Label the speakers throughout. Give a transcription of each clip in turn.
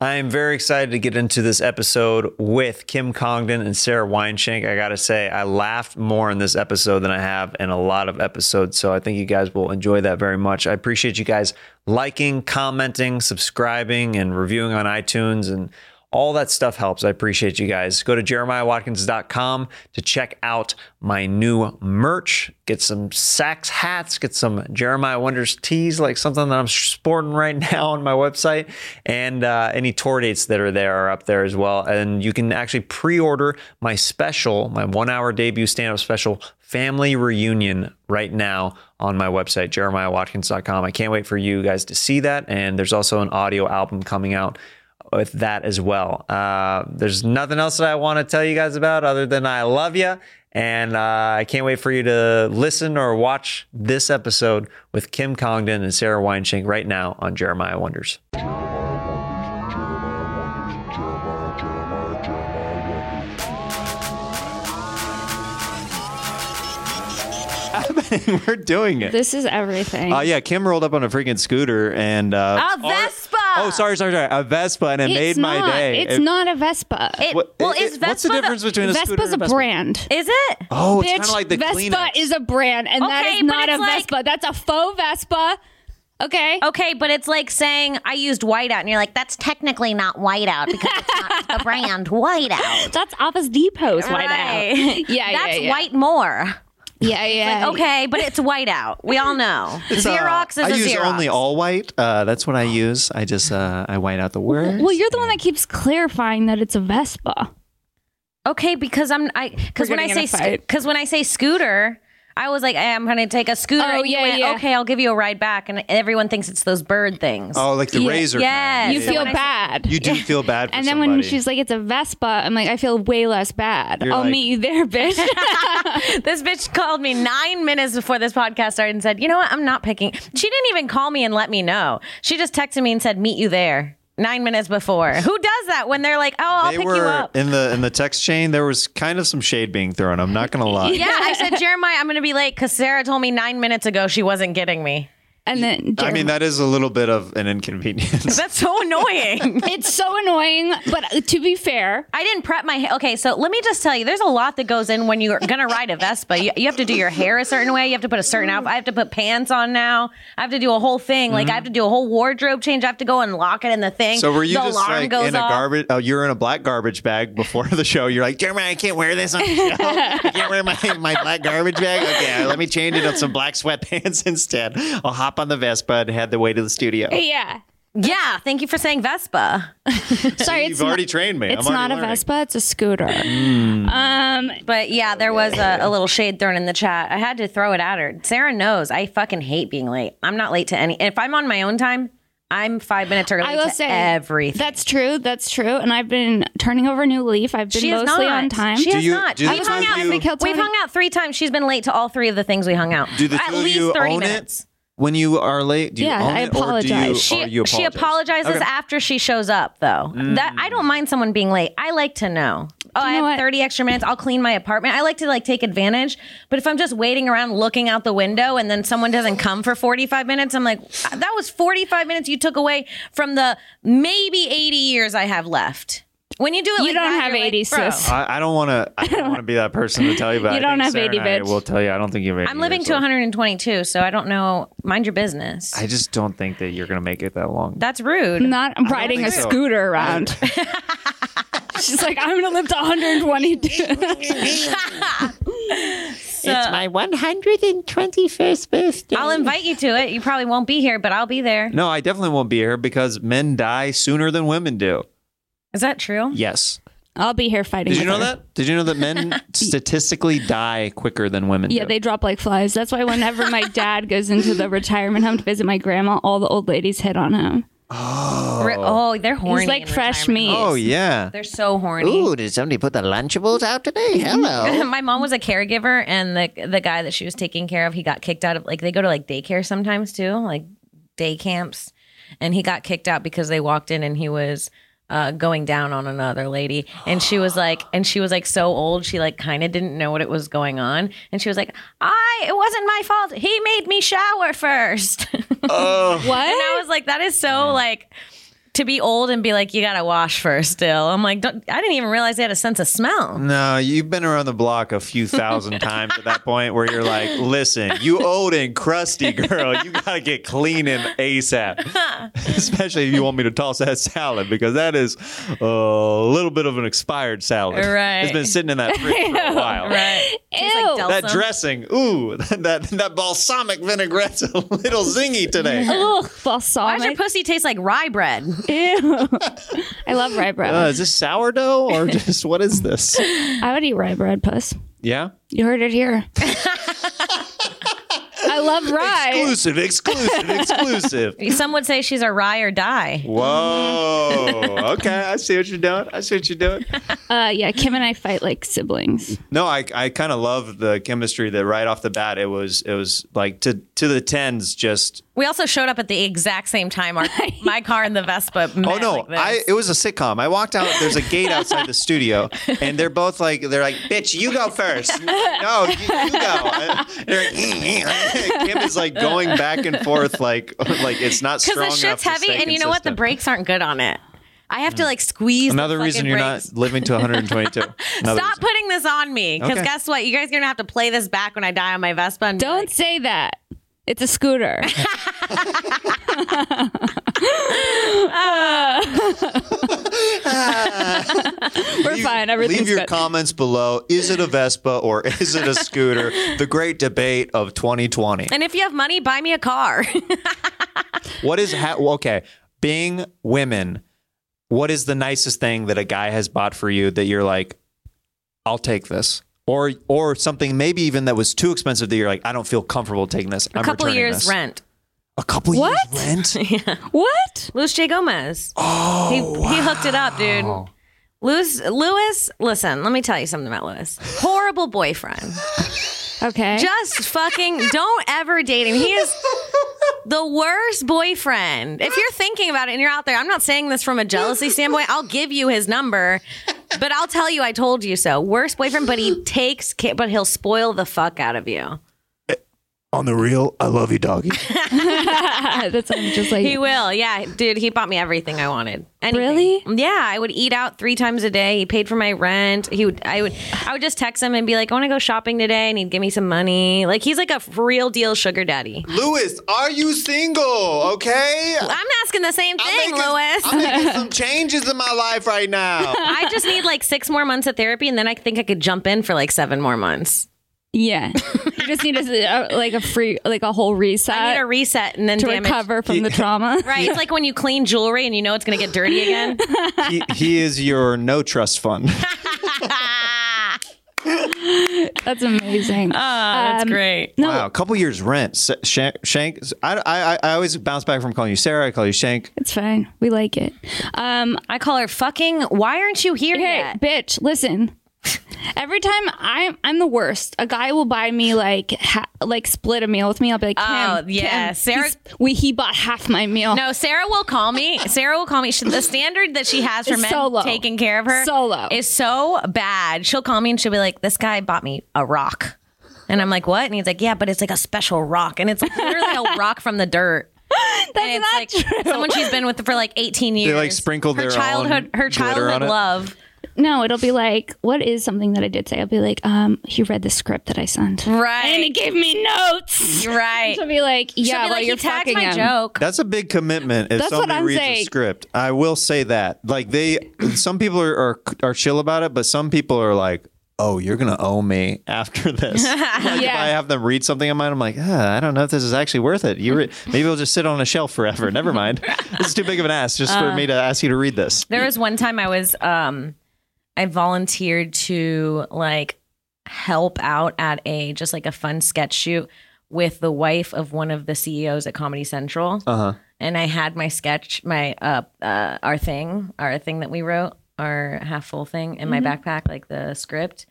Speaker 1: I am very excited to get into this episode with Kim Congdon and Sarah Weinshank. I got to say, I laughed more in this episode than I have in a lot of episodes. So I think you guys will enjoy that very much. I appreciate you guys liking, commenting, subscribing, and reviewing on iTunes and all that stuff helps. I appreciate you guys. Go to jeremiahwatkins.com to check out my new merch. Get some Saks hats, get some Jeremiah Wonders tees, like something that I'm sporting right now on my website. And uh, any tour dates that are there are up there as well. And you can actually pre order my special, my one hour debut stand up special, Family Reunion, right now on my website, jeremiahwatkins.com. I can't wait for you guys to see that. And there's also an audio album coming out with that as well. Uh, there's nothing else that I want to tell you guys about other than I love you. And uh, I can't wait for you to listen or watch this episode with Kim Congdon and Sarah Weinschenk right now on Jeremiah Wonders. We're doing it.
Speaker 2: This is everything.
Speaker 1: Uh, yeah, Kim rolled up on a freaking scooter and uh,
Speaker 3: A
Speaker 1: or-
Speaker 3: Vespa!
Speaker 1: oh, sorry, sorry, sorry, a Vespa, and it
Speaker 2: Ah, it's
Speaker 1: made
Speaker 2: not,
Speaker 1: my day.
Speaker 2: It's
Speaker 1: It-
Speaker 2: not a Vespa.
Speaker 3: It,
Speaker 1: what-
Speaker 3: well,
Speaker 1: it-
Speaker 3: is
Speaker 1: it-
Speaker 3: Vespa
Speaker 1: what's the difference
Speaker 3: the,
Speaker 1: between a scooter
Speaker 2: Vespa's
Speaker 1: and
Speaker 2: a brand.
Speaker 3: Is it?
Speaker 1: Oh, it's
Speaker 2: Bitch,
Speaker 1: kind of like the
Speaker 2: Vespa
Speaker 1: Kleenex.
Speaker 2: is a brand, and that
Speaker 3: Okay,
Speaker 2: is
Speaker 3: but
Speaker 2: not a
Speaker 3: it's like- Oh,
Speaker 2: Vespa. That's a faux Vespa. Okay.
Speaker 3: Okay, but it's like saying I used whiteout, and you're like, that's technically not whiteout because it's not a brand whiteout.
Speaker 2: That's Office Depot's whiteout.
Speaker 3: Right.
Speaker 2: Yeah, yeah,
Speaker 3: That's
Speaker 2: yeah.
Speaker 3: white more.
Speaker 2: Yeah, yeah.
Speaker 3: Okay, but it's whiteout. We all know.
Speaker 1: So,
Speaker 3: Xerox is
Speaker 1: uh, I
Speaker 3: a
Speaker 1: use
Speaker 3: Xerox.
Speaker 1: only all white. Uh, that's what I use. I just uh, I white out the words.
Speaker 2: Well, you're the one that keeps clarifying that it's a Vespa.
Speaker 3: Okay, because I'm I because
Speaker 2: We're
Speaker 3: when I
Speaker 2: getting
Speaker 3: say
Speaker 2: in a fight.
Speaker 3: because when I say scooter, I was like, hey, I'm gonna take a scooter.
Speaker 2: Oh,
Speaker 3: and you
Speaker 2: yeah,
Speaker 3: went,
Speaker 2: yeah.
Speaker 3: Okay, I'll give you a ride back, and everyone thinks it's those bird things.
Speaker 1: oh, like the
Speaker 2: Yeah.
Speaker 1: razor.
Speaker 3: Yes.
Speaker 1: kind.
Speaker 2: You
Speaker 3: so
Speaker 2: feel
Speaker 3: when I say-
Speaker 2: bad.
Speaker 1: You do feel bad. For
Speaker 2: and then when
Speaker 1: somebody.
Speaker 2: she's like, "It's a Vespa," I'm like, "I feel way less bad."
Speaker 1: You're
Speaker 2: I'll
Speaker 1: like-
Speaker 2: meet you there, bitch.
Speaker 3: This bitch called me nine minutes before this podcast started and said, "You know what? I'm not picking." She didn't even call me and let me know. She just texted me and said, "Meet you there." Nine minutes before. Who does that when they're like, "Oh, I'll
Speaker 1: they
Speaker 3: pick
Speaker 1: were
Speaker 3: you up."
Speaker 1: in the in the text chain. There was kind of some shade being thrown. I'm not gonna lie.
Speaker 3: yeah, I said, Jeremiah, I'm going to be late because Sarah told me nine minutes ago she wasn't getting me.
Speaker 2: and then
Speaker 1: I mean that is a little bit of an inconvenience.
Speaker 3: That's so annoying.
Speaker 2: it's so annoying. But to be fair,
Speaker 3: I didn't prep my hair. Okay, so let me just tell you, there's a lot that goes in when you're going to ride a Vespa. You, you have to do your hair a certain way. You have to put a certain outfit. I have to put pants on now. I have to do a whole thing. Like, I have to do a whole wardrobe change. I have to go and lock it in the thing.
Speaker 1: Mm-hmm. So were you
Speaker 3: the
Speaker 1: just
Speaker 3: alarm
Speaker 1: like
Speaker 3: goes
Speaker 1: in a
Speaker 3: off.
Speaker 1: garbage? Oh, you're in a black garbage bag before the show. You're like, Jeremiah, I can't wear this on the show. I can't wear my, my black garbage bag. Okay, uh, let me change it on some black sweatpants instead. I'll hop on the Vespa and head the way to the studio.
Speaker 2: yeah.
Speaker 3: Yeah, thank you for saying Vespa.
Speaker 2: Sorry,
Speaker 1: You've
Speaker 2: it's
Speaker 1: already
Speaker 2: not,
Speaker 1: trained me.
Speaker 2: it's
Speaker 1: I'm
Speaker 2: not
Speaker 1: already
Speaker 2: a
Speaker 1: learning.
Speaker 2: Vespa. It's a scooter. Um,
Speaker 3: But yeah,
Speaker 1: Oh,
Speaker 3: there was a, a little shade thrown in the chat. I had to throw it at her. Sarah knows I fucking hate being late. I'm not late to any. If I'm on my own time, I'm five minutes early
Speaker 2: I will
Speaker 3: to
Speaker 2: say
Speaker 3: everything.
Speaker 2: That's true. That's true. And I've been turning over a new leaf. I've been
Speaker 3: She is
Speaker 2: mostly
Speaker 3: not.
Speaker 2: on time.
Speaker 3: She
Speaker 1: Do
Speaker 3: has
Speaker 1: you-
Speaker 3: not.
Speaker 1: do the
Speaker 3: We've hung
Speaker 1: two of
Speaker 3: out.
Speaker 1: you-
Speaker 2: Mikhail
Speaker 3: We've
Speaker 2: Tony-
Speaker 3: hung out three times. She's been late to all three of the things we hung out.
Speaker 1: Do the
Speaker 3: At
Speaker 1: two of
Speaker 3: least
Speaker 1: you
Speaker 3: 30
Speaker 1: own
Speaker 3: minutes.
Speaker 1: it when you are late? Do you
Speaker 2: Yeah,
Speaker 1: own
Speaker 2: I
Speaker 1: it, or do you- or
Speaker 2: apologize.
Speaker 3: She,
Speaker 1: Oh, you
Speaker 3: she
Speaker 1: apologize?
Speaker 3: apologizes
Speaker 1: Okay. Mm.
Speaker 3: after she shows up, though. That I don't mind someone being late. I like to know. Oh, I
Speaker 2: know
Speaker 3: have
Speaker 2: what?
Speaker 3: thirty extra minutes. I'll clean my apartment. I like to like take advantage. But if I'm just waiting around, looking out the window, and then someone doesn't come for forty five minutes, I'm like, that was forty five minutes you took away from the maybe eighty years I have left. When you do it,
Speaker 2: You
Speaker 3: like
Speaker 2: don't
Speaker 3: that,
Speaker 2: have
Speaker 3: you're like,
Speaker 2: 80,
Speaker 3: bro.
Speaker 2: sis.
Speaker 1: I, I don't want to. I don't want to be that person to tell you about.
Speaker 2: You don't have 80, bitch.
Speaker 1: We'll tell you. I don't think you have 80.
Speaker 3: I'm living
Speaker 1: years
Speaker 3: to
Speaker 1: old.
Speaker 3: 122, so I don't know. Mind your business.
Speaker 1: I just don't think that you're gonna make it that long.
Speaker 3: That's rude.
Speaker 2: not riding a
Speaker 1: think so.
Speaker 2: scooter around. She's like, I'm gonna live to 120.
Speaker 4: It's my 121st birthday.
Speaker 3: I'll invite you to it. You probably won't be here, but I'll be there.
Speaker 1: No, I definitely won't be here because men die sooner than women do.
Speaker 3: Is that true?
Speaker 1: Yes.
Speaker 2: I'll be here fighting.
Speaker 1: Did you
Speaker 2: with
Speaker 1: know
Speaker 2: her.
Speaker 1: that? Did you know that men statistically die quicker than women
Speaker 2: Yeah,
Speaker 1: do?
Speaker 2: they drop like flies. That's why whenever my dad goes into the retirement home to visit my grandma, all the old ladies hit on him.
Speaker 3: Re- Oh, they're horny.
Speaker 2: He's like
Speaker 3: in
Speaker 2: fresh
Speaker 3: retirement.
Speaker 2: meat.
Speaker 1: Oh yeah.
Speaker 3: They're so horny.
Speaker 4: Ooh, did somebody put the Lunchables out today? Hello.
Speaker 3: My mom was a caregiver, and the the guy that she was taking care of, he got kicked out of. Like they go to like daycare sometimes too, like day camps, and he got kicked out because they walked in and he was. Uh, going down on another lady and she was like and she was like so old she like kind of didn't know what it was going on and she was like i it wasn't my fault he made me shower first
Speaker 2: What?
Speaker 3: And I was like, that is so like to be old and be like, you gotta wash first. Still, I'm like, don't, I didn't even realize they had a sense of smell.
Speaker 5: No, you've been around the block a few thousand times at that point where you're like, listen, you old and crusty girl, you gotta get clean and ASAP. Especially if you want me to toss that salad because that is a little bit of an expired salad.
Speaker 3: Right.
Speaker 5: It's been sitting in that fridge for a while.
Speaker 3: Right? Tastes like
Speaker 2: Ew.
Speaker 5: That
Speaker 3: Delsum.
Speaker 5: dressing, ooh, that that balsamic vinaigrette's a little zingy today.
Speaker 2: Ugh,
Speaker 3: Why does your
Speaker 2: balsamic.
Speaker 3: pussy taste like rye bread?
Speaker 2: Ew. I love rye bread.
Speaker 5: Uh, is this sourdough or just what is this?
Speaker 2: I would eat rye bread, puss.
Speaker 5: Yeah.
Speaker 2: You heard it here. I love rye.
Speaker 5: Exclusive, exclusive, exclusive.
Speaker 3: Some would say she's a rye or die.
Speaker 5: Whoa. okay, I see what you're doing. I see what you're doing.
Speaker 2: Uh, yeah, Kim and I fight like siblings.
Speaker 5: No, I I kind of love the chemistry that right off the bat it was it was like to to the tens just
Speaker 3: We also showed up at the exact same time. Our, my car and the Vespa. met
Speaker 5: Oh no,
Speaker 3: like this.
Speaker 5: I it was a sitcom. I walked out there's a gate outside the studio and they're both like they're like bitch, you go first. No, you, you go. And They're like, Kim is like going back and forth like like it's not strong
Speaker 3: because the
Speaker 5: enough
Speaker 3: shit's
Speaker 5: to
Speaker 3: heavy,
Speaker 5: stay
Speaker 3: and you know what? The
Speaker 5: consistent. Hmm.
Speaker 3: brakes aren't good on it. I have to like squeeze. the
Speaker 5: Another reason
Speaker 3: fucking
Speaker 5: you're
Speaker 3: brakes.
Speaker 5: not living to 122. Another
Speaker 3: Stop
Speaker 5: reason.
Speaker 3: putting this on me, because
Speaker 5: Okay.
Speaker 3: guess what? You guys are gonna have to play this back when I die on my Vespa. and be
Speaker 2: Don't
Speaker 3: like,
Speaker 2: say that. It's a scooter. We're
Speaker 5: Leave-
Speaker 2: fine. Everything's
Speaker 5: Leave your
Speaker 2: good.
Speaker 5: comments below. Is it a Vespa or is it a scooter? the great debate of 2020.
Speaker 3: and if you have money, buy me a car.
Speaker 5: What is ha- okay? Being women, what is the nicest thing that a guy has bought for you that you're like, I'll take this, or or something maybe even that was too expensive that you're like, I don't feel comfortable taking this.
Speaker 3: a
Speaker 5: I'm
Speaker 3: couple
Speaker 5: returning
Speaker 3: years
Speaker 5: this.
Speaker 3: rent.
Speaker 5: A couple
Speaker 2: What?
Speaker 5: years rent.
Speaker 2: what?
Speaker 3: Luis J Gomez. Oh, he, he hooked it up, dude. Louis, Louis, listen, let me tell you something about Louis. Horrible boyfriend.
Speaker 2: Okay.
Speaker 3: Just fucking don't ever date him. He is the worst boyfriend. If you're thinking about it and you're out there, I'm not saying this from a jealousy standpoint. I'll give you his number, but I'll tell you I told you so. Worst boyfriend, but he takes care, but he'll spoil the fuck out of you.
Speaker 5: On the real, I love you, doggy.
Speaker 2: Uh, That's I'm just like
Speaker 3: He will. Yeah, dude, he bought me everything I wanted. Anything.
Speaker 2: Really?
Speaker 3: Yeah, I would eat out 3 times a day. He paid for my rent. He would I would I would just text him and be like, "I want to go shopping today." And he'd give me some money. Like he's like a real deal sugar daddy.
Speaker 5: Lewis, are you single? Okay.
Speaker 3: I'm asking the same
Speaker 5: I'm
Speaker 3: thing,
Speaker 5: making-
Speaker 3: Louis.
Speaker 5: I'm making some changes in my life right now.
Speaker 3: I just need like 6 more months of therapy and then I think I could jump in for like 7 more months.
Speaker 2: yeah. You just need a, like a free like a whole reset
Speaker 3: I need a reset and then
Speaker 2: Uh, to
Speaker 3: damage.
Speaker 2: recover from the trauma.
Speaker 3: Right, it's like when you clean jewelry and you know it's going to get dirty again.
Speaker 5: he, he is your no trust fund.
Speaker 2: That's amazing.
Speaker 3: Ah,
Speaker 2: Um,
Speaker 3: that's great.
Speaker 2: no,
Speaker 5: Wow, a couple years rent. S- Shank, Shank I, I, I always bounce back from calling you Sarah. I call you Shank.
Speaker 2: it's fine. We like it. Um,
Speaker 3: I call her fucking, why aren't you here
Speaker 2: Hey,
Speaker 3: yet?
Speaker 2: bitch, listen. Every time I'm I'm the worst. A guy will buy me like ha- like split a meal with me. I'll be like, Kim,
Speaker 3: Oh,
Speaker 2: Kim,
Speaker 3: yeah,
Speaker 2: he's-
Speaker 3: Sarah-
Speaker 2: we he bought half my meal.
Speaker 3: No, Sarah will call me. Sarah will call me. She, the standard that she has for
Speaker 2: It's
Speaker 3: men
Speaker 2: so low.
Speaker 3: taking care of her
Speaker 2: So low.
Speaker 3: is so bad. She'll call me and she'll be like, "This guy bought me a rock," and I'm like, "What?" And he's like, "Yeah, but it's like a special rock, and it's literally a rock from the dirt." That's and it's
Speaker 2: not
Speaker 3: like
Speaker 2: true.
Speaker 3: someone she's been with for like 18 years.
Speaker 5: like, sprinkled
Speaker 3: her
Speaker 5: their
Speaker 3: childhood,
Speaker 5: own
Speaker 3: her
Speaker 5: glitter on
Speaker 3: childhood
Speaker 5: it.
Speaker 3: love.
Speaker 2: No, it'll be like, what is something that I did say? I'll be like, um, he read the script that I sent,
Speaker 3: Right.
Speaker 2: And he gave me notes.
Speaker 3: Right.
Speaker 2: She'll be like, yeah,
Speaker 3: She'll be
Speaker 2: well,
Speaker 3: like,
Speaker 2: you're
Speaker 3: "He tagged
Speaker 2: fucking
Speaker 3: my
Speaker 2: him.
Speaker 3: joke."
Speaker 5: That's a big commitment. If
Speaker 2: That's what
Speaker 5: somebody
Speaker 2: I'm
Speaker 5: reads a
Speaker 2: saying.
Speaker 5: script, I will say that. Like they, some people are, are are chill about it, but some people are like, "Oh, you're gonna owe me after this." like if
Speaker 2: Yeah.
Speaker 5: I have them read something of mine, I'm like, ah, "I don't know if this is actually worth it." You re- maybe it'll just sit on a shelf forever. Never mind. this is too big of an ass just
Speaker 2: Uh.
Speaker 5: for me to ask you to read this.
Speaker 3: There was one time I was um I volunteered to like help out at a just like a fun sketch shoot with the wife of one of the CEOs at Comedy Central.
Speaker 5: Uh huh.
Speaker 3: And I had my sketch, my uh, uh our thing, our thing that we wrote, our half full thing in
Speaker 2: Mm-hmm.
Speaker 3: my backpack, like the script.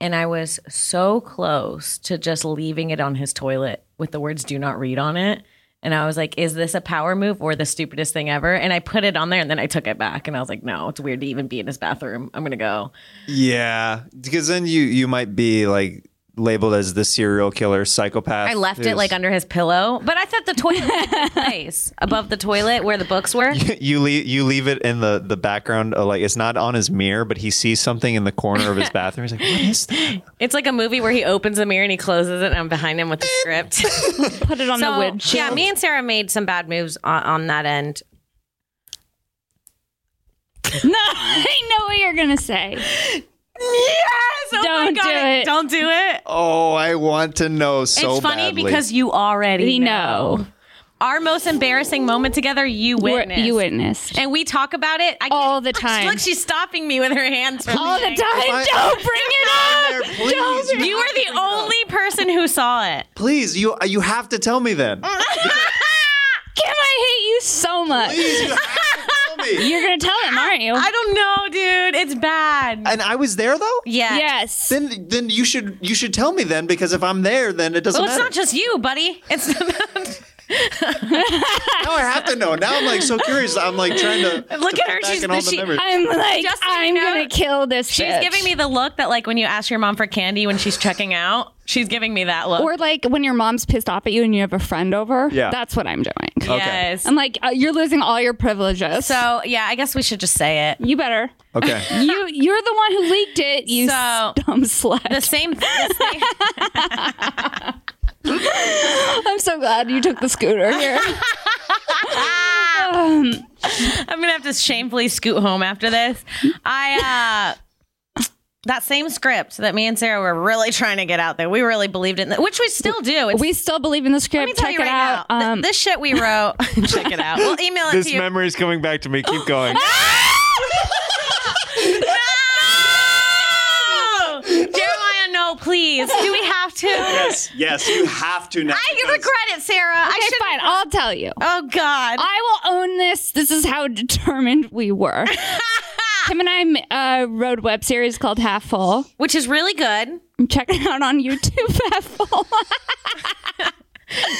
Speaker 3: And I was so close to just leaving it on his toilet with the words do not read on it. And I was like, is this a power move or the stupidest thing ever? And I put it on there and then I took it back and I was like, no, it's weird to even be in his bathroom. I'm going to go.
Speaker 5: Yeah, because then you you might be like labeled as the serial killer psychopath.
Speaker 3: I left it like under his pillow, but I thought the toilet place above the toilet where the books were.
Speaker 5: you leave you leave it in the the background. uh, Like it's not on his mirror, but he sees something in the corner of his bathroom. He's like, "What is that?"
Speaker 3: It's like a movie where he opens the mirror and he closes it, and I'm behind him with the script.
Speaker 2: Put it on the
Speaker 3: so,
Speaker 2: widget.
Speaker 3: yeah, me and Sarah made some bad moves on, on that end.
Speaker 2: No, I know what you're gonna say.
Speaker 3: Yes! Oh
Speaker 2: Don't do it.
Speaker 3: Don't do it.
Speaker 5: Oh, I want to know so
Speaker 3: it's funny
Speaker 5: badly.
Speaker 3: because you already
Speaker 2: We
Speaker 3: know.
Speaker 2: know.
Speaker 3: Our most embarrassing moment together, you
Speaker 2: We're-
Speaker 3: witnessed.
Speaker 2: You witnessed
Speaker 3: And we talk about it I
Speaker 2: All the
Speaker 3: Look, she-
Speaker 2: time.
Speaker 3: Look, she's stopping me with her hands. from
Speaker 2: all the time.
Speaker 3: me.
Speaker 2: Don't
Speaker 5: I-
Speaker 2: bring it up.
Speaker 5: There, please, you,
Speaker 3: You were the only person who saw it.
Speaker 5: please, you uh, you have to tell me then.
Speaker 2: Kim, I hate you so much.
Speaker 5: Please, you have to tell me.
Speaker 2: You're gonna tell him, aren't you?
Speaker 3: I don't know, dude. It's bad.
Speaker 5: And I was there though.
Speaker 3: yeah.
Speaker 2: yes.
Speaker 5: Then then you should you should tell me then because if I'm there, then it doesn't
Speaker 3: Well, it's
Speaker 5: matter.
Speaker 3: not just you, buddy. It's
Speaker 5: now I have to know. Now I'm like so curious. I'm like trying to
Speaker 3: Look
Speaker 5: to
Speaker 3: at her.
Speaker 5: put back
Speaker 3: She's-
Speaker 5: in all
Speaker 3: she-
Speaker 5: the memories.
Speaker 2: I'm like,
Speaker 3: Just so you
Speaker 2: I'm
Speaker 3: know,
Speaker 2: gonna kill this.
Speaker 3: she's
Speaker 2: bitch.
Speaker 3: giving me the look that, like, when you ask your mom for candy when she's checking out, she's giving me that look.
Speaker 2: Or like when your mom's pissed off at you and you have a friend over.
Speaker 5: Yeah.
Speaker 2: That's what I'm doing.
Speaker 3: yes.
Speaker 2: I'm like, uh, you're losing all your privileges.
Speaker 3: so yeah, I guess we should just say it.
Speaker 2: you better.
Speaker 5: okay.
Speaker 2: You you're the one who leaked it. You
Speaker 3: So-
Speaker 2: dumb slut.
Speaker 3: The same. The same
Speaker 2: I'm so glad you took the scooter here.
Speaker 3: I'm gonna have to shamefully scoot home after this. I uh that same script that me and Sarah were really trying to get out there. We really believed in that, which we still do. It's,
Speaker 2: we still believe in the script.
Speaker 3: let me tell
Speaker 2: Check
Speaker 3: you
Speaker 2: it
Speaker 3: right
Speaker 2: out.
Speaker 3: now. th-
Speaker 2: Um,
Speaker 3: this shit we wrote. check it out. We'll email it to you. Oh,
Speaker 5: memory is coming back to me. Keep going.
Speaker 3: no! Jeremiah, no, please. Do we have to?
Speaker 5: yes, yes, you have to now.
Speaker 3: I regret it, Sarah. I
Speaker 2: okay,
Speaker 3: should.
Speaker 2: fine. I'll tell you.
Speaker 3: Oh God.
Speaker 2: I will own this. This is how determined we were. Tim and I uh, wrote a web series called Half Full.
Speaker 3: Which is really good.
Speaker 2: Check it out on YouTube. Half Full.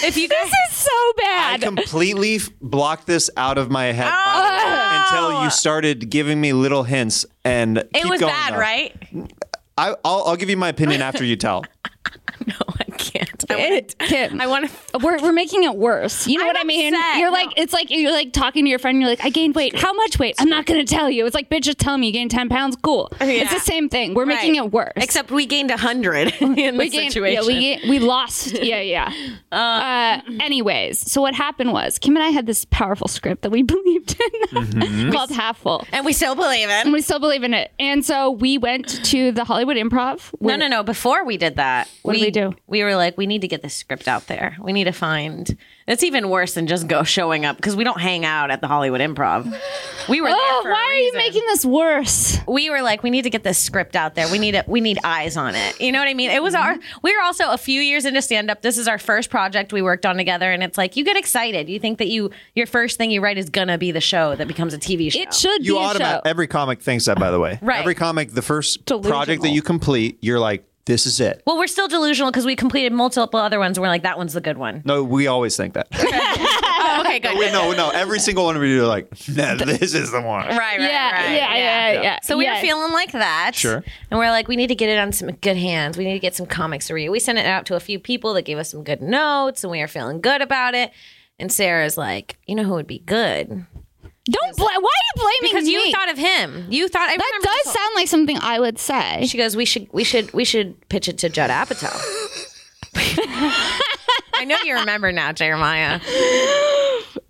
Speaker 3: If you guys.
Speaker 2: this is so
Speaker 5: I
Speaker 2: bad.
Speaker 5: completely f- blocked this out of my head by the way, until you started giving me little hints and
Speaker 3: Oh. It
Speaker 5: keep
Speaker 3: was
Speaker 5: going
Speaker 3: bad,
Speaker 5: though.
Speaker 3: right?
Speaker 5: I, I'll, I'll give you my opinion after you tell.
Speaker 3: No, I can't. I
Speaker 2: It-
Speaker 3: wanna-
Speaker 2: Kim,
Speaker 3: I want to
Speaker 2: we're, we're making it worse. You know
Speaker 3: I'm
Speaker 2: what I mean?
Speaker 3: upset.
Speaker 2: You're
Speaker 3: No.
Speaker 2: like, it's like, you're like talking to your friend. And you're like, I gained weight. How much weight? I'm not going to tell you. It's like, bitch, just tell me you gained 10 pounds. Cool. It's the same thing. We're making
Speaker 3: Right.
Speaker 2: it worse.
Speaker 3: Except we gained a hundred in
Speaker 2: we
Speaker 3: the
Speaker 2: gained-
Speaker 3: situation. mm-hmm.
Speaker 2: Yeah, we, gained- we lost. Yeah, yeah. Uh, anyways, so what happened was Kim and I had this powerful script that we believed in
Speaker 3: Mm-hmm.
Speaker 2: called Half Full.
Speaker 3: and we still believe
Speaker 2: And
Speaker 3: in.
Speaker 2: we still believe in it. And so we went to the Hollywood Improv.
Speaker 3: No, no, no. Before we did that,
Speaker 2: What did we do?
Speaker 3: We were like, we need to get this script out there. We need to find. It's even worse than just go showing up because we don't hang out at the Hollywood Improv. We were. there
Speaker 2: Oh,
Speaker 3: for a
Speaker 2: why are you
Speaker 3: reason.
Speaker 2: making this worse?
Speaker 3: We were like, we need to get this script out there. We need it. We need eyes on it. You know what I mean? It was our.
Speaker 2: Mm-hmm.
Speaker 3: We were also a few years into stand up. This is our first project we worked on together, and it's like you get excited. You think that you your first thing you write is gonna be the show that becomes a TV show.
Speaker 2: It should
Speaker 5: You
Speaker 2: be a
Speaker 5: automatic.
Speaker 2: show.
Speaker 5: Every comic thinks that, by the way.
Speaker 3: Right.
Speaker 5: Every comic, the first project that
Speaker 2: Delusional.
Speaker 5: you complete, you're like, this is it.
Speaker 3: Well, we're still delusional because we completed multiple other ones. And we're like, that one's the good one.
Speaker 5: No, we always think that.
Speaker 3: oh, okay, good.
Speaker 5: Wait, no, no. Every single one of you are like, nah, this is the one.
Speaker 3: Right, right,
Speaker 2: yeah,
Speaker 3: right.
Speaker 2: yeah, yeah, yeah,
Speaker 3: So we
Speaker 2: yeah.
Speaker 3: were feeling like that.
Speaker 5: Sure.
Speaker 3: And we're like, we need to get it on some good hands. We need to get some comics to read. We sent it out to a few people that gave us some good notes, and we were feeling good about it. And Sarah's like, you know who would be good?
Speaker 2: Don't bla- why are you blaming
Speaker 3: Because
Speaker 2: me?
Speaker 3: you thought of him. You thought I
Speaker 2: that
Speaker 3: remember
Speaker 2: does
Speaker 3: this whole-
Speaker 2: sound like something I would say.
Speaker 3: She goes, we should, we should, we should pitch it to Judd Apatow. I know you remember now, Jeremiah.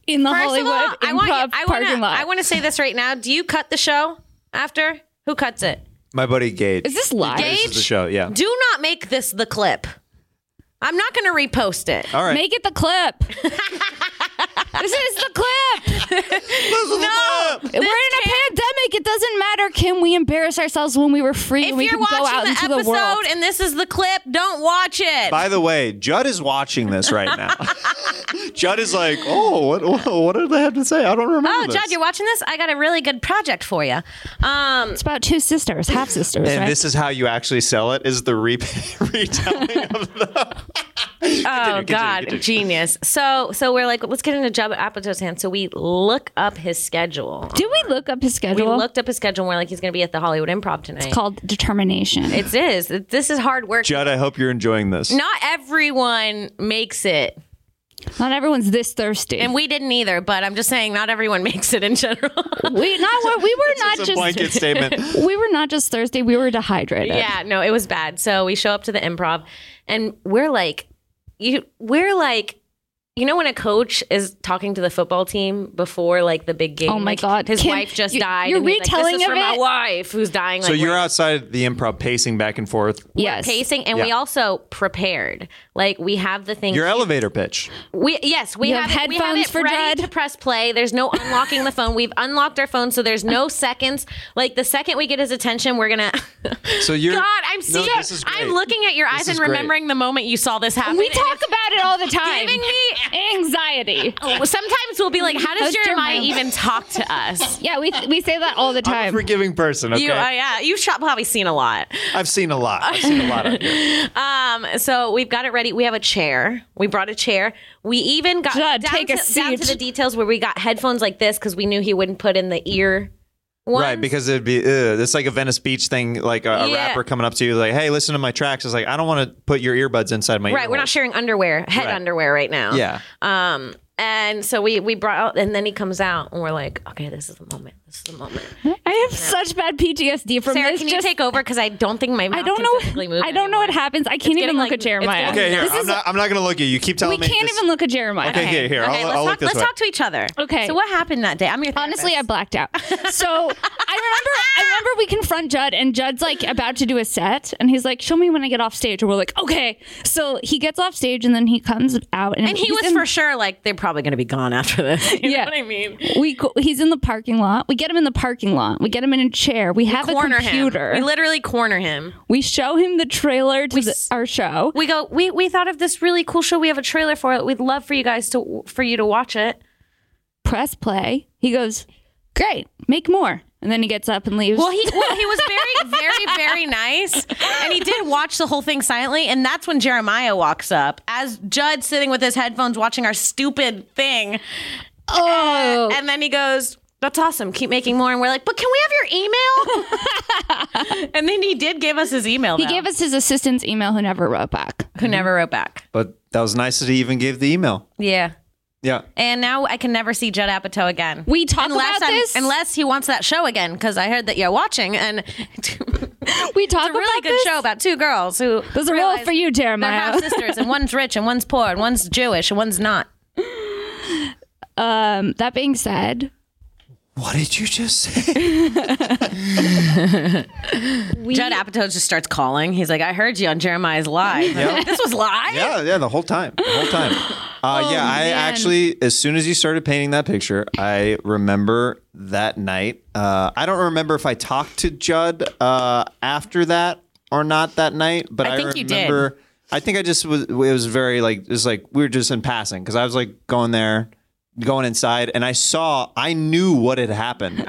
Speaker 2: In the
Speaker 3: First
Speaker 2: Hollywood
Speaker 3: of all, I want
Speaker 2: improv
Speaker 3: you, I
Speaker 2: parking
Speaker 3: wanna,
Speaker 2: lot.
Speaker 3: I want to say this right now. Do you cut the show after? Who cuts it?
Speaker 5: My buddy Gage.
Speaker 2: Is this live?
Speaker 5: This is the show, yeah.
Speaker 3: Do not make this the clip. I'm not going to repost it.
Speaker 5: All right.
Speaker 2: Make it the clip. this is the clip.
Speaker 5: no.
Speaker 2: We're in a pandemic. It doesn't matter, Kim. We embarrass ourselves when we were free
Speaker 3: If
Speaker 2: and we
Speaker 3: you're
Speaker 2: could go out
Speaker 3: watching the
Speaker 2: into the world.
Speaker 3: episode and this is the clip, don't watch it.
Speaker 5: By the way, Judd is watching this right now. Judd is like, oh, what, what, what did they have to say? I don't remember.
Speaker 3: Oh,
Speaker 5: this.
Speaker 3: Judd, you're watching this? I got a really good project for you. Um,
Speaker 2: It's about two sisters, half sisters,
Speaker 5: And
Speaker 2: right?
Speaker 5: this is how you actually sell it: is the re- retelling of the.
Speaker 3: Oh
Speaker 5: continue,
Speaker 3: God,
Speaker 5: continue.
Speaker 3: genius! So so we're like, let's get in a job at Apato's hands. So we look up his schedule.
Speaker 2: Did we look up his
Speaker 3: We
Speaker 2: schedule?
Speaker 3: looked up his schedule. and We're like, he's going to be at the Hollywood Improv tonight.
Speaker 2: it's called determination.
Speaker 3: It is. This is hard work.
Speaker 5: Judd, I hope you're enjoying this.
Speaker 3: Not everyone makes it,
Speaker 2: Not everyone's this thirsty.
Speaker 3: and we didn't either. But I'm just saying, not everyone makes it in general.
Speaker 2: we not we were not
Speaker 5: it's a blanket
Speaker 2: just
Speaker 5: statement.
Speaker 2: we were not just thirsty. We were dehydrated.
Speaker 3: Yeah, no, it was bad. So we show up to the improv and we're like you we're like you know when a coach is talking to the football team before like the big game?
Speaker 2: Oh my
Speaker 3: like,
Speaker 2: God,
Speaker 3: his
Speaker 2: Kim,
Speaker 3: wife just
Speaker 2: you-
Speaker 3: died.
Speaker 2: you're
Speaker 3: and he's like,
Speaker 2: retelling
Speaker 3: this is
Speaker 2: of
Speaker 3: for my
Speaker 2: it?
Speaker 3: wife who's dying.
Speaker 5: So
Speaker 3: like,
Speaker 5: you're
Speaker 3: we're
Speaker 5: outside the improv, pacing back and forth.
Speaker 2: Yes.
Speaker 3: pacing, and we
Speaker 5: Yeah.
Speaker 3: also prepared. Like we have the thing.
Speaker 5: Your elevator pitch.
Speaker 3: we yes, we
Speaker 2: You
Speaker 3: have,
Speaker 2: have
Speaker 3: it- we have
Speaker 2: headphones
Speaker 3: it
Speaker 2: for
Speaker 3: ready
Speaker 2: Judd?
Speaker 3: to press play. There's no unlocking the phone. We've unlocked our phone, so there's no seconds. Like the second we get his attention, we're gonna.
Speaker 5: So you're
Speaker 3: God, I'm
Speaker 5: No,
Speaker 3: seeing.
Speaker 5: this is
Speaker 3: I'm
Speaker 5: great.
Speaker 3: looking at your
Speaker 5: This
Speaker 3: eyes
Speaker 5: is
Speaker 3: and
Speaker 5: great.
Speaker 3: remembering the moment you saw this happen.
Speaker 2: We
Speaker 3: And
Speaker 2: talk about it all the time.
Speaker 3: giving me.
Speaker 2: Anxiety.
Speaker 3: Sometimes we'll be like, "How
Speaker 2: How's
Speaker 3: does Jeremiah
Speaker 2: Jeremiah?
Speaker 3: even talk to us?"
Speaker 2: Yeah, we we say that all the
Speaker 5: I'm a
Speaker 2: time.
Speaker 5: forgiving person. Okay,
Speaker 3: You, uh, yeah, you've shot, probably seen a lot.
Speaker 5: I've seen a lot. I've seen a lot of you.
Speaker 3: Um, so we've got it ready. We have a chair. We brought a chair. We even got
Speaker 2: Judd,
Speaker 3: down,
Speaker 2: take
Speaker 3: to,
Speaker 2: a
Speaker 3: down to
Speaker 2: seat.
Speaker 3: the details where we got headphones like this because we knew he wouldn't put in the ear. Ones.
Speaker 5: right? Because it'd be ugh, it's like a Venice Beach thing. Like a, a
Speaker 3: Yeah.
Speaker 5: rapper coming up to you, like, "Hey, listen to my tracks." It's like I don't want to put your earbuds inside my.
Speaker 3: right, we're not
Speaker 5: earholes.
Speaker 3: sharing underwear, head
Speaker 5: Right.
Speaker 3: underwear right now.
Speaker 5: Yeah.
Speaker 3: Um, and so we we brought out, and then he comes out, and we're like, okay, this is the moment. This is the moment.
Speaker 2: I have such bad PTSD from
Speaker 3: Sarah,
Speaker 2: this.
Speaker 3: can you
Speaker 2: just,
Speaker 3: take over? Because I don't think my mouth
Speaker 2: I don't
Speaker 3: can physically
Speaker 2: know.
Speaker 3: move
Speaker 2: I don't know what
Speaker 3: anymore.
Speaker 2: happens. I can't even
Speaker 3: getting
Speaker 2: look
Speaker 3: like-
Speaker 2: at
Speaker 3: it's
Speaker 2: Jeremiah.
Speaker 3: getting
Speaker 5: Okay, here.
Speaker 2: This
Speaker 5: I'm
Speaker 2: is-
Speaker 5: not. I'm not gonna look at you. Keep
Speaker 2: we
Speaker 5: telling me.
Speaker 2: can't
Speaker 5: this-
Speaker 2: even look at Jeremiah.
Speaker 5: Okay, here, here.
Speaker 3: Okay,
Speaker 5: I'll,
Speaker 3: let's
Speaker 5: I'll
Speaker 3: talk,
Speaker 5: look this
Speaker 3: let's
Speaker 5: way.
Speaker 3: talk to each other.
Speaker 2: Okay.
Speaker 3: So what happened that day? I'm your therapist.
Speaker 2: Honestly, I blacked out. So I remember, I remember we confront Judd, and Judd's like about to do a set, and he's like, "Show me when I get off stage." And we're like, "Okay." So he gets off stage, and then he comes out, and,
Speaker 3: and he
Speaker 2: he's
Speaker 3: was
Speaker 2: in-
Speaker 3: for sure like they're probably going to be gone after this. You
Speaker 2: Yeah.
Speaker 3: know what I mean?
Speaker 2: We go- he's in the parking lot. We get him in the parking lot. We get him in a chair. We have
Speaker 3: corner
Speaker 2: a computer.
Speaker 3: him. We literally corner him.
Speaker 2: We show him the trailer to the,
Speaker 3: s-
Speaker 2: our show.
Speaker 3: We go. We we thought of this really cool show. We have a trailer for it. We'd love for you guys to for you to watch it.
Speaker 2: Press play. He goes, "Great, make more." And then he gets up and leaves.
Speaker 3: Well, he well, he was very, very, very nice, and he did watch the whole thing silently. And that's when Jeremiah walks up, as Judd sitting with his headphones watching our stupid thing,
Speaker 2: oh,
Speaker 3: and then he goes, "That's awesome. Keep making more." And we're like, "But can we have your email?" and then he did give us his email.
Speaker 2: he gave us his assistant's email, who never wrote back.
Speaker 3: who never wrote back.
Speaker 5: But that was nice that he even gave the email.
Speaker 3: Yeah.
Speaker 5: Yeah.
Speaker 2: Eh.
Speaker 3: And now I can never see Judd Apatow again.
Speaker 2: We talk
Speaker 3: unless
Speaker 2: about
Speaker 3: I'm-
Speaker 2: this.
Speaker 3: unless he wants that show again, because I heard that you're watching, and it's a
Speaker 2: We talk about
Speaker 3: really good
Speaker 2: this.
Speaker 3: show about two girls who
Speaker 2: Those are all
Speaker 3: realize
Speaker 2: for you,
Speaker 3: They're half
Speaker 2: Jeremiah.
Speaker 3: sisters, and one's rich, and one's poor, and one's Jewish, and one's not.
Speaker 2: Um, that being said,
Speaker 5: What did you just say?
Speaker 2: we
Speaker 3: Judd Apatow just starts calling. He's like, "I heard you on Jeremiah's live. this was live."
Speaker 5: yeah, yeah, the whole time, the whole time. Uh, yeah, I
Speaker 2: man.
Speaker 5: actually, as soon as you started painting that picture, I remember that night. Uh, I don't remember if I talked to Judd uh, after that or not that night, but I,
Speaker 3: think you did.
Speaker 5: remember. I think I just was. It was very like it was like we were just in passing because I was like going there, going inside, and I saw. I knew what had happened.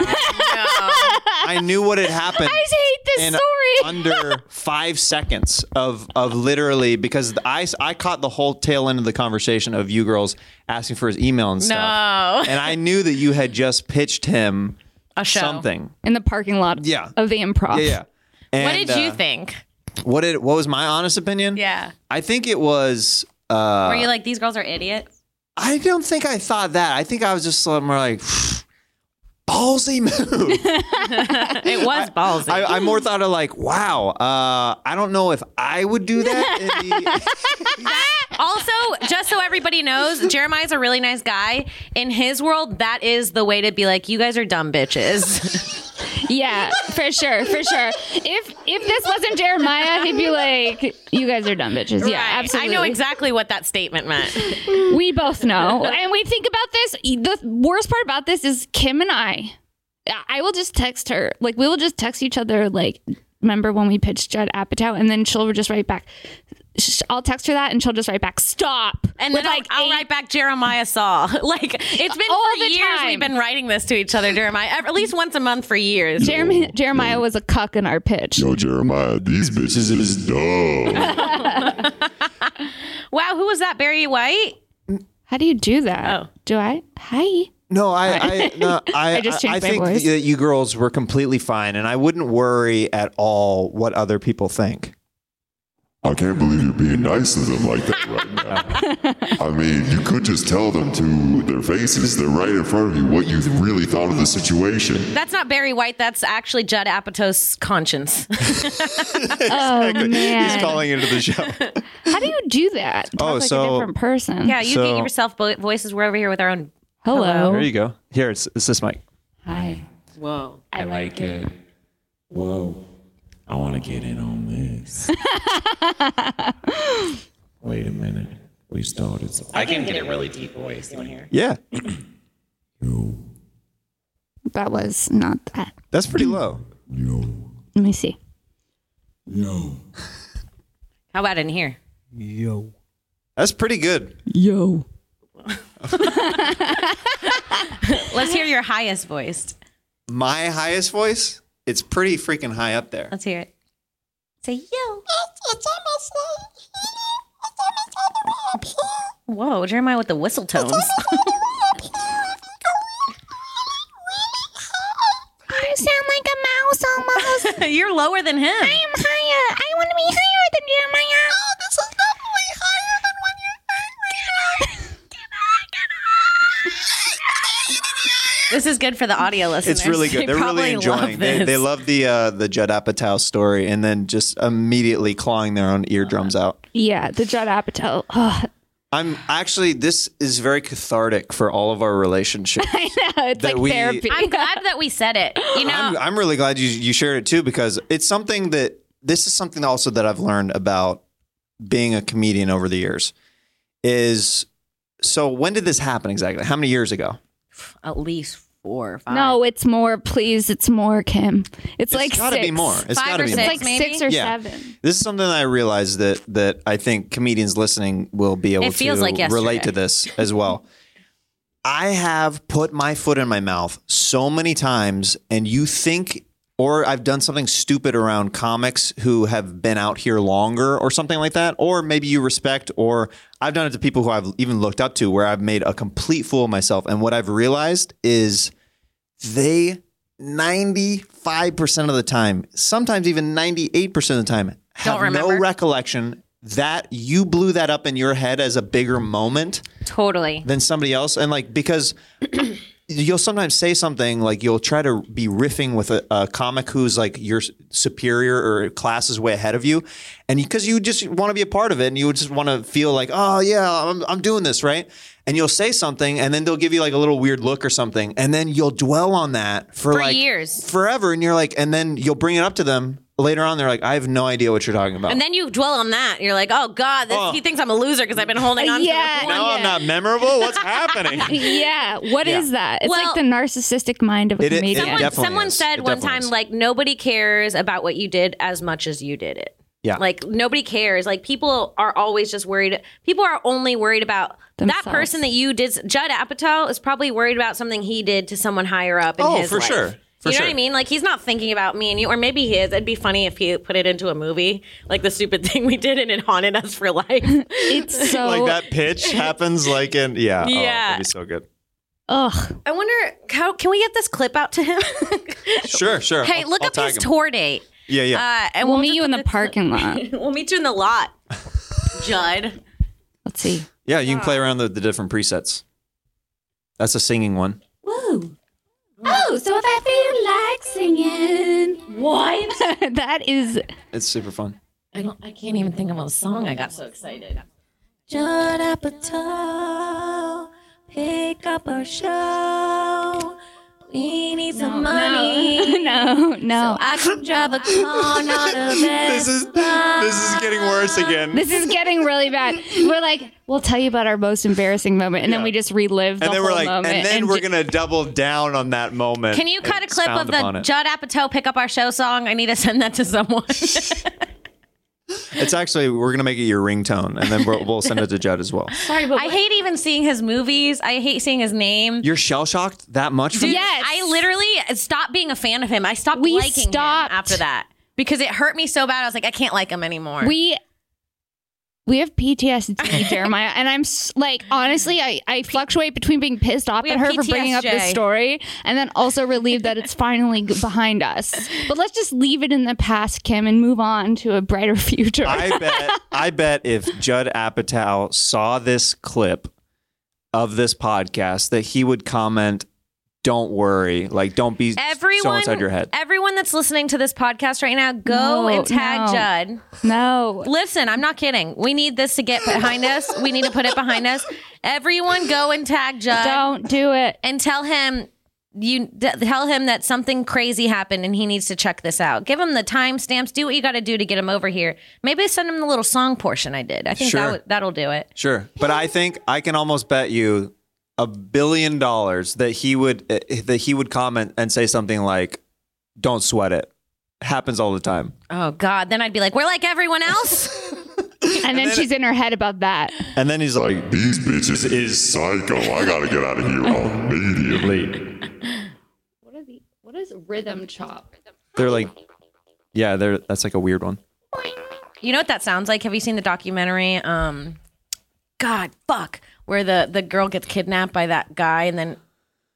Speaker 5: I knew what had happened. I
Speaker 2: hate this
Speaker 5: uh,
Speaker 2: story.
Speaker 5: under five seconds of of literally because I I caught the whole tail end of the conversation of you girls asking for his email and stuff. And I knew that you had just pitched him
Speaker 3: A show.
Speaker 5: something.
Speaker 2: in the parking lot
Speaker 5: Yeah.
Speaker 2: of the improv.
Speaker 5: Yeah, yeah.
Speaker 3: What
Speaker 5: And,
Speaker 3: did you
Speaker 5: uh,
Speaker 3: think?
Speaker 5: What did what was my honest opinion?
Speaker 3: Yeah.
Speaker 5: I think it was uh
Speaker 3: Were you like, "These girls are idiots"?
Speaker 5: I don't think I thought that. I think I was just more like ballsy move.
Speaker 3: It was ballsy.
Speaker 5: I, I more thought of like, wow, uh, I don't know if I would do that. In the,
Speaker 3: also, just so everybody knows, Jeremiah's a really nice guy. In his world, that is the way to be like, you guys are dumb bitches.
Speaker 2: Yeah, for sure, for sure. If if this wasn't Jeremiah, he'd be like, "You guys are dumb bitches." Yeah,
Speaker 3: Right.
Speaker 2: absolutely.
Speaker 3: I know exactly what that statement meant.
Speaker 2: We both know, and we think about this. The worst part about this is Kim and I. I will just text her. Like we will just text each other. Like, remember when we pitched Judd Apatow, and then she'll just write back. sh- I'll text her that, and she'll just write back, "Stop."
Speaker 3: And
Speaker 2: with
Speaker 3: then
Speaker 2: like
Speaker 3: I'll, I'll
Speaker 2: eight-
Speaker 3: write back, Jeremiah saw. Like, it's been
Speaker 2: All
Speaker 3: for
Speaker 2: the
Speaker 3: years
Speaker 2: time.
Speaker 3: we've been writing this to each other, Jeremiah, ev- at least once a month for years.
Speaker 2: Jeremiah, Jeremiah was a cuck in our pitch.
Speaker 6: Yo, Jeremiah, these bitches is dumb.
Speaker 3: Wow, who was that? Barry White?
Speaker 2: How do you do that?
Speaker 3: Oh.
Speaker 2: Do I? Hi.
Speaker 5: No, I, I, no, I,
Speaker 2: I just
Speaker 5: I,
Speaker 2: changed my
Speaker 5: think
Speaker 2: voice.
Speaker 5: that you girls were completely fine, and I wouldn't worry at all what other people think.
Speaker 6: I can't believe you're being nice to them like that right now. I mean, you could just tell them to their faces, they're right in front of you, what you really thought of the situation.
Speaker 3: That's not Barry White. That's actually Judd Apatow's conscience.
Speaker 2: Oh
Speaker 5: He's
Speaker 2: man.
Speaker 5: calling into the show.
Speaker 2: How do you do that? Talk
Speaker 5: Oh,
Speaker 2: like
Speaker 5: so-
Speaker 2: a different person.
Speaker 3: yeah, you
Speaker 5: So-
Speaker 3: get yourself bo- voices. We're over here with our own.
Speaker 2: Hello.
Speaker 5: There you go. Here, it's, it's this mic.
Speaker 2: Hi.
Speaker 7: Whoa. I like it. Whoa. I want to get in on this. Wait a minute. We started. So- I can get a really deep voice in here.
Speaker 5: Yeah,
Speaker 7: Yo,
Speaker 2: That was not that.
Speaker 5: that's pretty low.
Speaker 7: yo,
Speaker 2: Let me see.
Speaker 7: yo.
Speaker 3: How about in here?
Speaker 5: That's pretty good.
Speaker 2: Yo.
Speaker 3: Let's hear your highest voice.
Speaker 5: My highest voice, it's pretty freaking high up there.
Speaker 3: Let's hear it. Say yo. Whoa, Jeremiah with the whistle tones.
Speaker 2: I sound like a mouse almost.
Speaker 3: You're lower than him.
Speaker 2: I'm higher. I want to be higher than Jeremiah. Oh, this is definitely higher than when you're angry.
Speaker 3: This is good for the audio listeners.
Speaker 5: It's really
Speaker 3: They
Speaker 5: good. They're really
Speaker 3: probably
Speaker 5: enjoying.
Speaker 3: Love
Speaker 5: they,
Speaker 3: this.
Speaker 5: they love the uh, the Judd Apatow story, and then just immediately clawing their own eardrums out.
Speaker 2: yeah, the Judd Apatow. Oh,
Speaker 5: I'm actually this is very cathartic for all of our relationships.
Speaker 2: I know. It's
Speaker 5: That
Speaker 2: like
Speaker 5: we-
Speaker 2: therapy.
Speaker 3: I'm glad that we said it. You know,
Speaker 5: I'm, I'm really glad you you shared it too because it's something that this is something also that I've learned about being a comedian over the years is so when did this happen exactly? How many years ago?
Speaker 3: at least four or five.
Speaker 2: no, it's more. Please, it's more, Kim. It's,
Speaker 5: It's
Speaker 2: like
Speaker 5: gotta
Speaker 2: six.
Speaker 5: be more. It's
Speaker 3: Five
Speaker 5: gotta
Speaker 3: or
Speaker 5: be
Speaker 3: six,
Speaker 2: It's
Speaker 5: more.
Speaker 2: like
Speaker 3: maybe?
Speaker 2: six or
Speaker 5: Yeah.
Speaker 2: seven.
Speaker 5: This is something that I realized that that I think comedians listening will be able
Speaker 3: It feels
Speaker 5: to
Speaker 3: like yesterday.
Speaker 5: relate to this as well. I have put my foot in my mouth so many times, and you think, or I've done something stupid around comics who have been out here longer or something like that, or maybe you respect, or I've done it to people who I've even looked up to where I've made a complete fool of myself. And what I've realized is they 95% of the time, sometimes even 98% of the time, have no
Speaker 3: remember.
Speaker 5: recollection that you blew that up in your head as a bigger moment
Speaker 3: totally.
Speaker 5: than somebody else. And like, because you'll sometimes say something like you'll try to be riffing with a, a comic who's like your s- superior or class is way ahead of you. And because you just want to be a part of it and you would just want to feel like, oh, yeah, I'm, I'm doing this, right? And you'll say something and then they'll give you like a little weird look or something. And then you'll dwell on that for,
Speaker 3: For
Speaker 5: like
Speaker 3: years.
Speaker 5: forever. And you're like, and then you'll bring it up to them later on. They're like, I have no idea what you're talking about.
Speaker 3: And then you dwell on that. You're like, oh God, this,
Speaker 5: Oh.
Speaker 3: he thinks I'm a loser because I've been holding on
Speaker 2: Yeah.
Speaker 3: to the
Speaker 5: now
Speaker 3: one.
Speaker 5: I'm not memorable. What's happening?
Speaker 2: Yeah. What is
Speaker 5: Yeah.
Speaker 2: that? It's
Speaker 3: Well-
Speaker 2: like the narcissistic mind of a
Speaker 5: It i- it
Speaker 2: comedian.
Speaker 5: def-
Speaker 3: Someone,
Speaker 5: definitely
Speaker 3: someone
Speaker 5: is.
Speaker 3: said
Speaker 5: It
Speaker 3: one
Speaker 5: definitely
Speaker 3: time,
Speaker 5: is.
Speaker 3: like, nobody cares about what you did as much as you did it.
Speaker 5: Yeah.
Speaker 3: Like, nobody cares. Like, people are always just worried. People are only worried about that
Speaker 2: Themselves.
Speaker 3: person that you did. Judd Apatow is probably worried about something he did to someone higher up in
Speaker 5: Oh,
Speaker 3: his
Speaker 5: for
Speaker 3: life.
Speaker 5: sure. For
Speaker 3: you know
Speaker 5: sure.
Speaker 3: what I mean? Like he's not thinking about me and you, or maybe he is. It'd be funny if he put it into a movie, like the stupid thing we did, and it haunted us for life.
Speaker 2: it's so.
Speaker 5: like that pitch happens like in yeah oh,
Speaker 3: Oh. Yeah.
Speaker 5: that'd be so good
Speaker 2: Ugh.
Speaker 3: I wonder how can we get this clip out to him?
Speaker 5: sure sure
Speaker 3: hey,
Speaker 5: I'll-
Speaker 3: look
Speaker 5: I'll
Speaker 3: up
Speaker 5: tag
Speaker 3: his
Speaker 5: him.
Speaker 3: tour date.
Speaker 5: yeah yeah
Speaker 3: Uh, and
Speaker 2: We'll, meet
Speaker 3: just
Speaker 2: you in
Speaker 3: put
Speaker 2: the parking lot.
Speaker 3: We'll meet you in the lot, Judd.
Speaker 2: Let's see.
Speaker 5: yeah you can play around with the different presets that's a singing one
Speaker 8: Oh, so that you like singing. What?
Speaker 2: that is.
Speaker 5: it's super fun
Speaker 3: I don't. I can't even think of a song. I got so excited.
Speaker 8: Judd Apatow, pick up our show. We need some money.
Speaker 2: No, uh, no.
Speaker 8: I can drive a car, not a
Speaker 5: this
Speaker 8: Vespa.
Speaker 5: is this is getting worse again
Speaker 2: This is getting really bad. We're like, we'll tell you about our most embarrassing moment, and then we just relive the
Speaker 5: and then
Speaker 2: whole
Speaker 5: we're like
Speaker 2: moment.
Speaker 5: and then we're
Speaker 2: ju-
Speaker 5: gonna double down on that moment
Speaker 3: Can you cut a
Speaker 5: and
Speaker 3: clip of
Speaker 5: expound upon
Speaker 3: the
Speaker 5: it.
Speaker 3: Judd Apatow "Pick Up Our Show" song? I need to send that to someone.
Speaker 5: it's actually we're gonna make it your ringtone and then we'll, we'll send it to judd as well
Speaker 3: I hate even seeing his movies. I hate seeing his name.
Speaker 5: you're shell shocked that much from
Speaker 3: Dude,
Speaker 2: Yes.
Speaker 3: I literally stopped being a fan of him. I stopped
Speaker 2: We
Speaker 3: liking
Speaker 2: stopped.
Speaker 3: him after that because it hurt me so bad. I was like, I can't like him anymore.
Speaker 2: we we have PTSD, Jeremiah, and I'm s- like, honestly, I, I fluctuate between being pissed off
Speaker 3: We
Speaker 2: at
Speaker 3: have
Speaker 2: her for bringing up this
Speaker 3: PTSJ.
Speaker 2: story, and then also relieved that it's finally g- behind us. But let's just leave it in the past, Kim, and move on to a brighter future.
Speaker 5: I bet I bet if Judd Apatow saw this clip of this podcast that he would comment, "Don't worry, like don't be so
Speaker 3: Everyone,
Speaker 5: inside your head."
Speaker 3: everyone that's listening to this podcast right now, go
Speaker 2: No,
Speaker 3: and tag
Speaker 2: no.
Speaker 3: Judd.
Speaker 2: no,
Speaker 3: Listen, I'm not kidding. We need this to get behind us. We need to put it behind us. Everyone, go and tag Judd
Speaker 2: don't do it.
Speaker 3: and tell him you d- tell him that something crazy happened and he needs to check this out. Give him the timestamps. Do what you got to do to get him over here. Maybe send him the little song portion I did. I think
Speaker 5: Sure.
Speaker 3: that would that'll do it.
Speaker 5: Sure, but I think I can almost bet you a billion dollars that he would eh, that he would comment and say something like, "Don't sweat it." Happens all the time.
Speaker 3: Oh God, then I'd be like, we're like everyone else.
Speaker 2: And then she's in her head about that.
Speaker 5: And then he's like,
Speaker 6: Like, these bitches is psycho. I gotta get out of here immediately.
Speaker 2: What are the what is rhythm chop?
Speaker 5: they're like, yeah, they're that's like a weird one.
Speaker 3: you know what that sounds like? Have you seen the documentary? Um, God, fuck, where the the girl gets kidnapped by that guy and then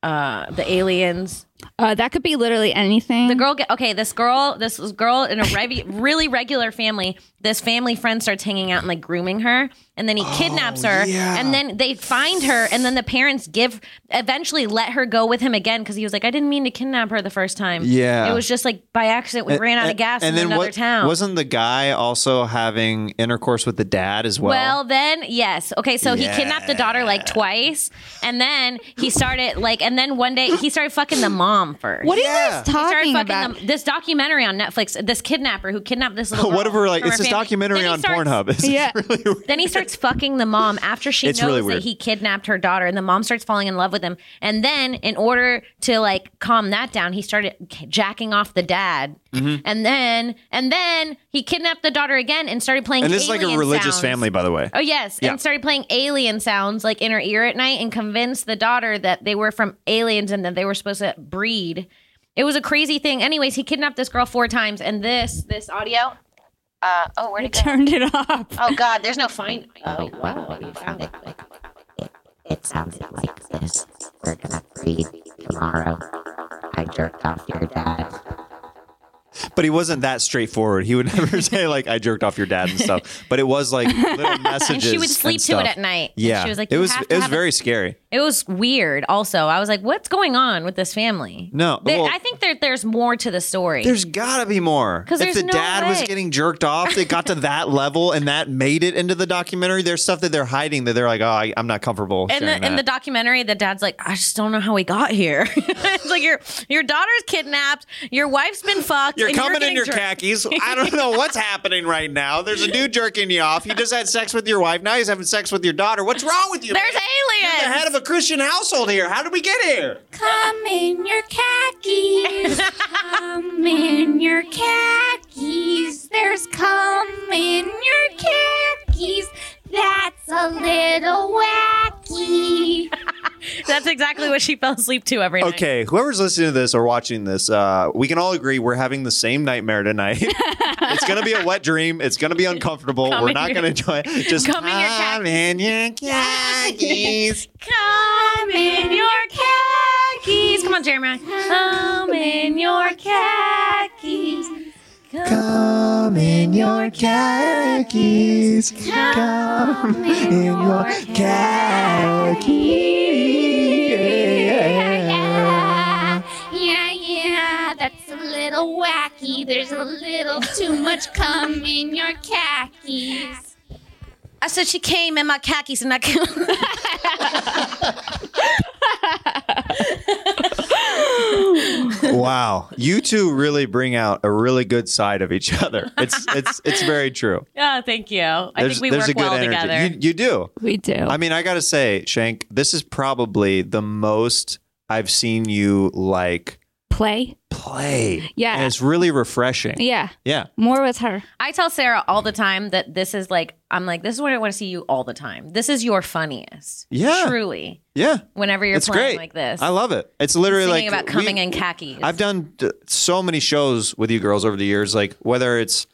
Speaker 3: uh the aliens
Speaker 2: Uh, that could be literally anything.
Speaker 3: The girl get okay. This girl, this was girl in a revi- really regular family. This family friend starts hanging out and like grooming her, and then he
Speaker 5: Oh,
Speaker 3: kidnaps her, and then they find her, and then the parents give eventually let her go with him again because he was like, I didn't mean to kidnap her the first time.
Speaker 5: Yeah.
Speaker 3: it was just like by accident we ran out of gas in another
Speaker 5: what-
Speaker 3: town.
Speaker 5: Wasn't the guy also having intercourse with the dad as well?
Speaker 3: Well, then, yes. Okay, so he kidnapped the daughter like twice, and then he started like, and then one day he started fucking the mom first.
Speaker 2: What are
Speaker 5: Yeah.
Speaker 2: you guys talking
Speaker 3: started fucking
Speaker 2: about?
Speaker 3: them- this documentary on Netflix. This kidnapper who kidnapped this little. Girl
Speaker 5: what if we're like,
Speaker 3: from
Speaker 5: it's
Speaker 3: her
Speaker 5: this
Speaker 3: family.
Speaker 5: documentary
Speaker 3: Then he
Speaker 5: on
Speaker 3: starts-
Speaker 5: Pornhub? It's
Speaker 2: Yeah.
Speaker 5: really weird.
Speaker 3: Then he starts fucking the mom after she
Speaker 5: It's
Speaker 3: knows
Speaker 5: really weird.
Speaker 3: that he kidnapped her daughter, and the mom starts falling in love with him. And then, in order to like calm that down, he started k- jacking off the dad.
Speaker 5: Mm-hmm.
Speaker 3: And then, and then he kidnapped the daughter again and started playing.
Speaker 5: And this is like a
Speaker 3: alien
Speaker 5: religious
Speaker 3: sounds.
Speaker 5: family, by the way.
Speaker 3: Oh yes,
Speaker 5: Yeah.
Speaker 3: and started playing alien sounds like in her ear at night, and convinced the daughter that they were from aliens and that they were supposed to breed. It was a crazy thing. Anyways, he kidnapped this girl four times, and this this audio. Uh, oh, where did it go?
Speaker 2: Turned it off.
Speaker 3: Oh God, there's no find. Oh,
Speaker 9: It sounded like this. We're gonna breed tomorrow. I jerked off your dad.
Speaker 5: But he wasn't that straightforward. He would never say, like, I jerked off your dad and stuff. But it was like little messages.
Speaker 3: and she would sleep to it
Speaker 5: stuff.
Speaker 3: at night. And
Speaker 5: Yeah.
Speaker 3: she was like,
Speaker 5: it
Speaker 3: "You
Speaker 5: was,
Speaker 3: have to
Speaker 5: it was
Speaker 3: have a-"
Speaker 5: very scary.
Speaker 3: It was weird. Also, I was like, "What's going on with this family?"
Speaker 5: No,
Speaker 3: They-
Speaker 5: well-
Speaker 3: I think there, there's more to the story.
Speaker 5: There's gotta be more.
Speaker 3: 'Cause
Speaker 5: If
Speaker 3: there's
Speaker 5: the
Speaker 3: no
Speaker 5: dad was
Speaker 3: way.
Speaker 5: getting jerked off, they got to that level and that made it into the documentary. There's stuff that they're hiding that they're like, oh, I, I'm not comfortable.
Speaker 3: in the
Speaker 5: sharing
Speaker 3: in the
Speaker 5: that."
Speaker 3: documentary, the dad's like, I just don't know how we got here. it's like your your daughter's kidnapped, your wife's been fucked.
Speaker 5: You're
Speaker 3: and
Speaker 5: coming in
Speaker 3: getting
Speaker 5: your
Speaker 3: jerked-
Speaker 5: khakis. I don't know what's happening right now. There's a dude jerking you off. You just had sex with your wife. Now he's having sex with your daughter. What's wrong with you?
Speaker 3: There's
Speaker 5: man? You're the
Speaker 3: aliens.
Speaker 5: head of a Christian household here. How did we get here?
Speaker 8: Come in your khakis. Come in your khakis. There's come in your khakis. That's a little wacky.
Speaker 3: That's exactly what she fell asleep to every night.
Speaker 5: Okay, whoever's listening to this or watching this, uh, we can all agree we're having the same nightmare tonight. it's gonna be a wet dream. It's gonna be uncomfortable. we're
Speaker 3: in
Speaker 5: not
Speaker 3: your-
Speaker 5: gonna enjoy it. Just
Speaker 3: Come in your
Speaker 5: come in your khakis.
Speaker 3: Come in your khakis. Come on, Jeremiah. Come in your khakis.
Speaker 5: Come in your khakis. Come in your khakis.
Speaker 8: Yeah, yeah, that's a little wacky. There's a little too much cum in your khakis.
Speaker 3: I said she came in my khakis and I
Speaker 5: Wow, you two really bring out a really good side of each other. It's it's it's very true.
Speaker 3: Oh, thank you. I think we work well together.
Speaker 5: You, you do.
Speaker 2: We do.
Speaker 5: I mean, I gotta say, Shank, this is probably the most I've seen you like
Speaker 2: Play.
Speaker 5: play.
Speaker 2: Yeah.
Speaker 5: and it's really refreshing.
Speaker 2: Yeah.
Speaker 5: yeah.
Speaker 2: More with her.
Speaker 3: I tell Sarah all the time that this is like I'm like this is when I want to see you all the time. This is your funniest.
Speaker 5: Yeah.
Speaker 3: Truly.
Speaker 5: yeah.
Speaker 3: Whenever you're
Speaker 5: It's
Speaker 3: playing
Speaker 5: great.
Speaker 3: like this.
Speaker 5: I love it. It's literally
Speaker 3: Singing
Speaker 5: like
Speaker 3: about
Speaker 5: we-
Speaker 3: coming in khakis.
Speaker 5: I've done d- so many shows with you girls over the years, like whether it's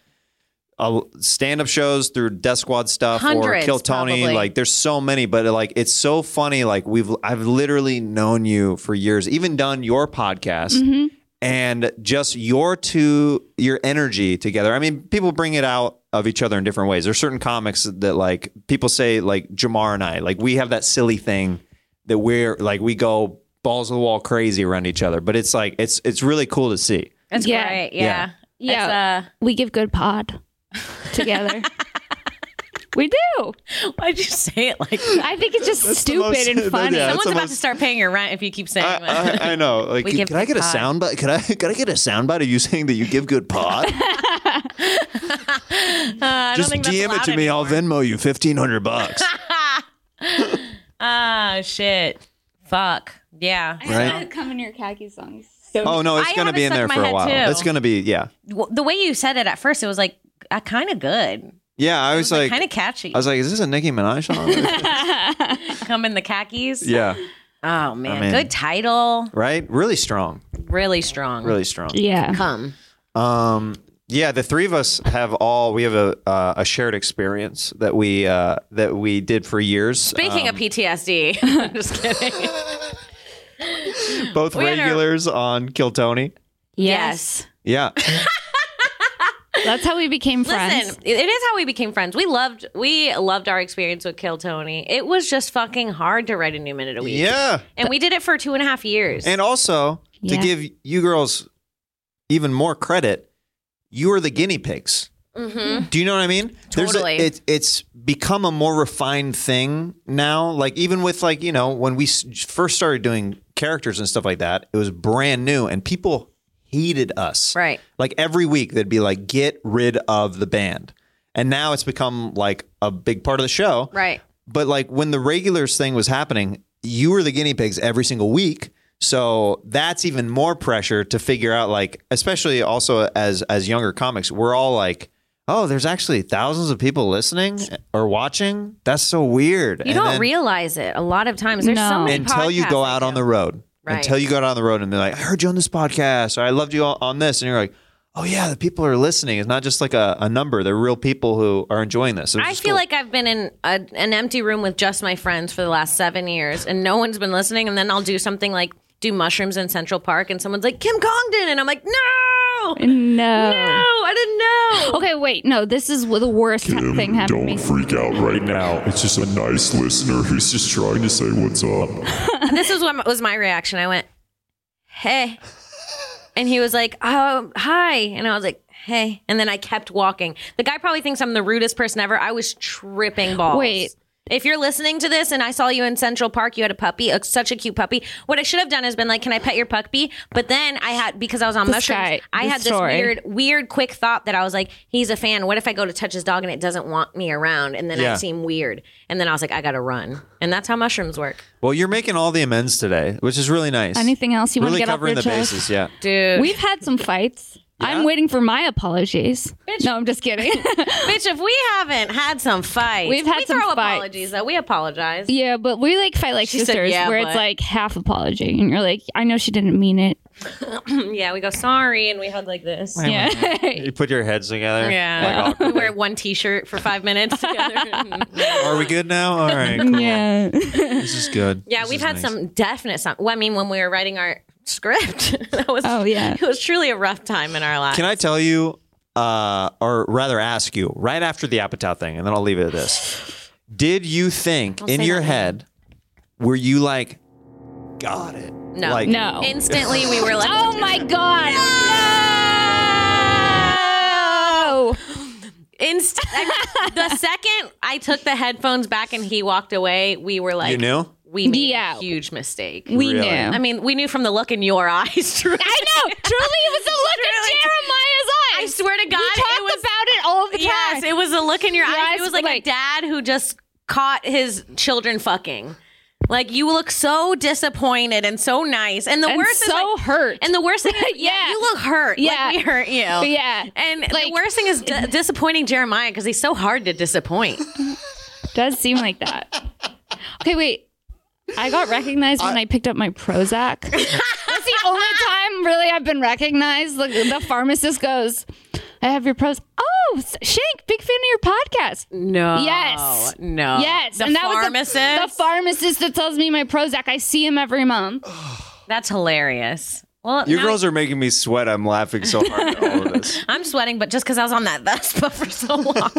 Speaker 5: uh, stand-up shows through Death Squad stuff or
Speaker 3: Hundreds,
Speaker 5: Kill Tony.
Speaker 3: probably.
Speaker 5: Like there's so many, but like it's so funny. Like we've I've literally known you for years, even done your podcast.
Speaker 3: Mm-hmm.
Speaker 5: And just your two, your energy together. I mean, people bring it out of each other in different ways. There's certain comics that like people say, like Jamar and I, like we have that silly thing that we're like we go balls to the wall crazy around each other. But it's like it's it's really cool to see.
Speaker 3: It's
Speaker 2: Yeah.
Speaker 3: great.
Speaker 5: Yeah.
Speaker 3: Yeah.
Speaker 2: Yeah.
Speaker 3: It's,
Speaker 2: We give good pod together. we do.
Speaker 3: uh, why'd you say it like that?
Speaker 2: I think it's just stupid
Speaker 5: most-
Speaker 2: and funny.
Speaker 5: yeah,
Speaker 3: Someone's
Speaker 5: the
Speaker 3: about
Speaker 5: most-
Speaker 3: to start paying your rent if you keep saying that.
Speaker 5: I, I, I know. Like,
Speaker 3: We
Speaker 5: can,
Speaker 3: give
Speaker 5: can I
Speaker 3: good
Speaker 5: get a
Speaker 3: pod.
Speaker 5: sound bite? Could I? Could I get a sound bite of you saying that you give good pod?
Speaker 3: Uh, I
Speaker 5: Just
Speaker 3: don't think that's
Speaker 5: DM it
Speaker 3: allowed
Speaker 5: to me. I'll
Speaker 3: anymore.
Speaker 5: Venmo you fifteen hundred bucks.
Speaker 3: Ah, shit. Fuck. Yeah.
Speaker 5: right?
Speaker 2: Come in your khaki songs.
Speaker 5: Oh no, it's
Speaker 3: I
Speaker 5: gonna
Speaker 3: have
Speaker 5: be
Speaker 3: it
Speaker 5: in
Speaker 3: stuck
Speaker 5: there
Speaker 3: in my
Speaker 5: for a
Speaker 3: head,
Speaker 5: while.
Speaker 3: too.
Speaker 5: It's gonna be yeah,
Speaker 3: Well, The way you said it at first, it was like uh, kind of good.
Speaker 5: yeah. I was, like,
Speaker 3: kind of catchy.
Speaker 5: I was like, is this a Nicki Minaj song?
Speaker 3: Come in the khakis.
Speaker 5: yeah,
Speaker 3: Oh man,
Speaker 5: mean-
Speaker 3: good title.
Speaker 5: right. Really strong.
Speaker 3: Really strong.
Speaker 5: Really strong.
Speaker 2: Yeah.
Speaker 4: Come.
Speaker 5: Um, yeah, the three of us have all we have a uh, a shared experience that we uh, that we did for years.
Speaker 3: Speaking of
Speaker 5: Um,
Speaker 3: PTSD, I'm just kidding.
Speaker 5: both
Speaker 3: we had our-
Speaker 5: regulars on Kill Tony.
Speaker 3: yes.
Speaker 5: Yeah,
Speaker 2: That's how we became friends.
Speaker 3: Listen, it it is how we became friends. We loved we loved our experience with Kill Tony. It was just fucking hard to write a new minute a week.
Speaker 5: yeah.
Speaker 3: And we did it for two and a half years.
Speaker 5: And also to
Speaker 2: Yeah.
Speaker 5: give you girls even more credit, you are the guinea pigs.
Speaker 3: hmm
Speaker 5: Do you know what I mean? There's a-
Speaker 3: Totally.
Speaker 5: it, it's become a more refined thing now. Like even with like you know when we s- first started doing characters and stuff like that, it was brand new and people hated us.
Speaker 3: Right.
Speaker 5: Like every week they'd be like, "Get rid of the band," and now it's become like a big part of the show.
Speaker 3: Right.
Speaker 5: But like when the regulars thing was happening, you were the guinea pigs every single week. So that's even more pressure to figure out like especially also as as younger comics, we're all like, "Oh, there's actually thousands of people listening or watching. That's so weird."
Speaker 3: You
Speaker 5: And
Speaker 3: don't
Speaker 5: then-
Speaker 3: realize it a lot of times. There's so
Speaker 2: No.
Speaker 3: many
Speaker 5: until you go
Speaker 3: podcasts
Speaker 5: out
Speaker 3: I
Speaker 5: on
Speaker 3: do.
Speaker 5: the road.
Speaker 3: Right.
Speaker 5: Until you go out on the road and they're like, "I heard you on this podcast or I loved you on- on this." And you're like, "Oh yeah, the people are listening. It's not just like a, a number. They're real people who are enjoying this." It was
Speaker 3: I
Speaker 5: just
Speaker 3: feel
Speaker 5: cool.
Speaker 3: like I've been in a, an empty room with just my friends for the last seven years, and no one's been listening. And then I'll do something like do mushrooms in Central Park, and someone's like Kim Congdon, and I'm like, no, no,
Speaker 2: no.
Speaker 3: I didn't know.
Speaker 2: Okay, wait. No, this is the worst
Speaker 6: Kim,
Speaker 2: thing happened to
Speaker 6: don't
Speaker 2: me.
Speaker 6: freak out right now. It's just a nice listener who's just trying to say what's up.
Speaker 3: And this is what my- was my reaction. I went, hey, and he was like, oh, hi, and I was like. Hey, and then I kept walking. The guy probably thinks I'm the rudest person ever. I was tripping balls.
Speaker 2: Wait.
Speaker 3: If you're listening to this and I saw you in Central Park, you had a puppy, a, such a cute puppy. What I should have done is been like, "Can I pet your puppy?" But then I had because I was on
Speaker 2: This
Speaker 3: mushrooms,
Speaker 2: guy,
Speaker 3: I
Speaker 2: this
Speaker 3: had this
Speaker 2: story.
Speaker 3: weird, weird, quick thought that I was like, "He's a fan. What if I go to touch his dog and it doesn't want me around?" And then
Speaker 5: Yeah.
Speaker 3: I seem weird. And then I was like, "I gotta run." And that's how mushrooms work,
Speaker 5: Well, you're making all the amends today, which is really nice.
Speaker 2: Anything else you want
Speaker 5: really
Speaker 2: to get off
Speaker 5: covering
Speaker 2: your
Speaker 5: the
Speaker 2: chest?
Speaker 5: bases, yeah.
Speaker 3: dude.
Speaker 2: We've had some fights. I'm waiting for my apologies. No, I'm just kidding.
Speaker 3: Bitch, if we haven't had some fights,
Speaker 2: We've had
Speaker 3: we
Speaker 2: some
Speaker 3: throw
Speaker 2: fights.
Speaker 3: apologies though. We apologize.
Speaker 2: yeah, but we like fight like
Speaker 3: She said,
Speaker 2: sisters,
Speaker 3: "Yeah,
Speaker 2: where
Speaker 3: but-"
Speaker 2: it's like half apology, and you're like, I know she didn't mean it.
Speaker 3: yeah, we go sorry and we hug like this.
Speaker 2: Yeah.
Speaker 5: You put your heads together.
Speaker 3: Yeah,
Speaker 5: Like,
Speaker 3: we wear one T-shirt for five minutes together.
Speaker 5: Are we good now? All right. Cool.
Speaker 2: yeah.
Speaker 5: This is good.
Speaker 3: Yeah,
Speaker 5: This
Speaker 3: we've
Speaker 5: is
Speaker 3: had
Speaker 5: nice.
Speaker 3: some definite. Some, well, I mean, when we were writing our script, that was
Speaker 2: Oh, yeah.
Speaker 3: it was truly a rough time in our life.
Speaker 5: Can I tell you, uh, or rather ask you, right after the Apatow thing, and then I'll leave it at this. Did you think in
Speaker 3: say
Speaker 5: your
Speaker 3: that.
Speaker 5: head, were you like, got it?
Speaker 3: No.
Speaker 5: Like,
Speaker 2: No.
Speaker 3: Instantly, we were like, "Ah!"
Speaker 2: Oh my God.
Speaker 3: Oh,
Speaker 2: No.
Speaker 3: inst- I mean, the second I took the headphones back and he walked away, we were like,
Speaker 5: you knew?
Speaker 3: we made
Speaker 2: Yeah.
Speaker 3: a huge mistake.
Speaker 2: We
Speaker 5: Really?
Speaker 2: knew.
Speaker 3: I mean, we knew from the look in your eyes. Drew.
Speaker 2: I know. Truly, it was the look in
Speaker 3: Truly.
Speaker 2: Jeremiah's eyes.
Speaker 3: I swear to God,
Speaker 2: we talked
Speaker 3: it was
Speaker 2: about it all the time.
Speaker 3: yes, it was a look in your eyes.
Speaker 2: Yes,
Speaker 3: It was like,
Speaker 2: like-
Speaker 3: a dad who just caught his children fucking. Like you look so disappointed and so nice, and the
Speaker 2: and
Speaker 3: worst
Speaker 2: so
Speaker 3: is like,
Speaker 2: hurt.
Speaker 3: and the worst thing, is,
Speaker 2: Yeah.
Speaker 3: yeah, you look hurt.
Speaker 2: Yeah.
Speaker 3: like, we hurt you.
Speaker 2: yeah,
Speaker 3: And the
Speaker 2: Like-
Speaker 3: worst thing is d- disappointing Jeremiah because he's so hard to disappoint.
Speaker 2: does seem like that. Okay, wait. I got recognized when I, picked up my Prozac. That's the only time really I've been recognized. The, the pharmacist goes, "I have your Prozac." Oh, S- Shank, big fan of your podcast.
Speaker 10: No.
Speaker 2: Yes.
Speaker 10: No.
Speaker 2: yes,
Speaker 3: Uh, the
Speaker 2: was the- the,
Speaker 3: pharmacist?
Speaker 2: pharmacist that tells me my Prozac. I see him every month.
Speaker 3: That's hilarious. Well,
Speaker 5: You
Speaker 3: now-
Speaker 5: girls are making me sweat. I'm laughing so hard at all of this.
Speaker 3: I'm sweating, but just because I was on that Vespa for so long.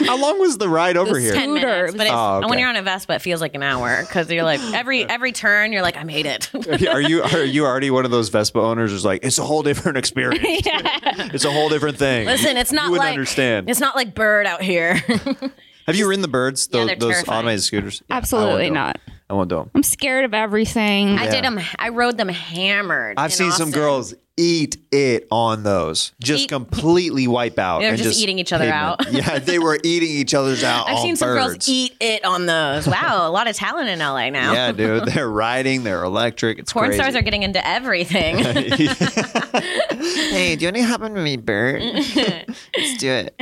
Speaker 5: How long was the ride over here?
Speaker 3: Ten
Speaker 2: Scooter.
Speaker 3: minutes, but it's,
Speaker 5: Oh, okay.
Speaker 3: when you're on a Vespa, it feels like an hour because you're like every every turn, you're like, I made it.
Speaker 5: Are you are you already one of those Vespa owners who's like, it's a whole different experience. It's a whole different thing.
Speaker 3: Listen, it's not
Speaker 5: you wouldn't
Speaker 3: like
Speaker 5: understand.
Speaker 3: It's not like bird out here.
Speaker 5: Have you ridden the birds?
Speaker 3: Yeah,
Speaker 5: Those,
Speaker 3: they're
Speaker 5: those
Speaker 3: terrifying.
Speaker 5: automated scooters? Yeah, I won't
Speaker 2: Absolutely
Speaker 5: do 'em.
Speaker 2: not.
Speaker 5: I won't do them.
Speaker 2: I'm scared of everything.
Speaker 3: I did them. I rode them hammered.
Speaker 5: I've
Speaker 3: in
Speaker 5: seen some
Speaker 3: Austin.
Speaker 5: girls eat it on those, just
Speaker 3: Eat-
Speaker 5: completely wipe out.
Speaker 3: They were
Speaker 5: and
Speaker 3: just eating each other out.
Speaker 5: yeah, they were eating each other's out.
Speaker 3: I've
Speaker 5: on
Speaker 3: seen some
Speaker 5: birds.
Speaker 3: girls eat it on those. Wow, a lot of talent in LA now.
Speaker 5: Yeah, dude, they're riding. They're electric. It's
Speaker 3: Porn
Speaker 5: crazy.
Speaker 3: stars are getting into everything.
Speaker 4: Hey, do you want to hop on me, Bert? Let's do it.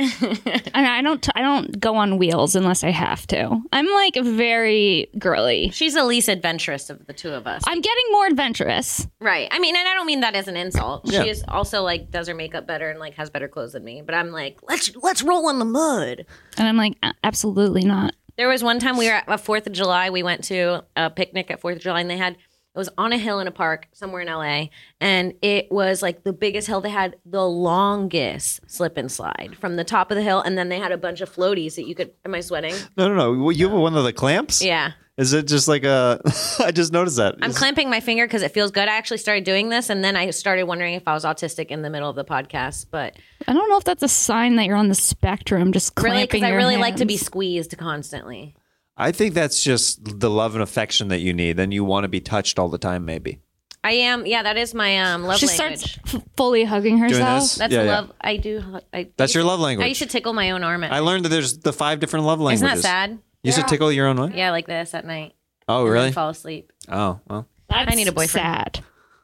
Speaker 2: And I don't. I don't go on wheels unless I have to. I'm like very girly.
Speaker 3: She's the least adventurous of the two of us.
Speaker 2: I'm getting more adventurous.
Speaker 3: Right. I mean, and I don't mean that as an insult.
Speaker 5: Yeah.
Speaker 3: She is also like does her makeup better and like has better clothes than me. But I'm like, let's let's roll in the mud.
Speaker 2: And I'm like, "A- absolutely not.
Speaker 3: There was one time we were at a Fourth of July. We went to a picnic at Fourth of July, and they had it was on a hill in a park somewhere in LA, and it was like the biggest hill. They had the longest slip and slide from the top of the hill, and then they had a bunch of floaties that you could. Am I sweating?
Speaker 5: no, no, no. Well, You have one of the clamps?
Speaker 3: Yeah.
Speaker 5: Is it just like a? I just noticed that.
Speaker 3: I'm
Speaker 5: Is-
Speaker 3: clamping my finger because it feels good. I actually started doing this, and then I started wondering if I was autistic in the middle of the podcast. But
Speaker 2: I don't know if that's a sign that you're on the spectrum. Just
Speaker 3: really,
Speaker 2: clamping
Speaker 3: because I
Speaker 2: your
Speaker 3: really like to be
Speaker 2: hands.
Speaker 3: squeezed constantly.
Speaker 5: I think that's just the love and affection that you need. Then you want to be touched all the time, maybe.
Speaker 3: I am. Yeah, that is my um love
Speaker 2: She
Speaker 3: language.
Speaker 2: starts f- fully hugging
Speaker 5: Doing
Speaker 2: herself.
Speaker 5: this?
Speaker 3: That's
Speaker 5: Yeah,
Speaker 3: a
Speaker 5: yeah.
Speaker 3: love. I do. I,
Speaker 5: That's your love
Speaker 3: I used
Speaker 5: language.
Speaker 3: to tickle my own arm. At
Speaker 5: I learned that there's the five different love languages.
Speaker 3: Isn't that sad?
Speaker 5: You used to tickle your own way?
Speaker 3: Yeah, like this at night.
Speaker 5: Oh,
Speaker 3: and then
Speaker 5: really?
Speaker 3: Fall asleep.
Speaker 5: Oh, well.
Speaker 2: That's
Speaker 3: I need a boyfriend.
Speaker 2: Sad.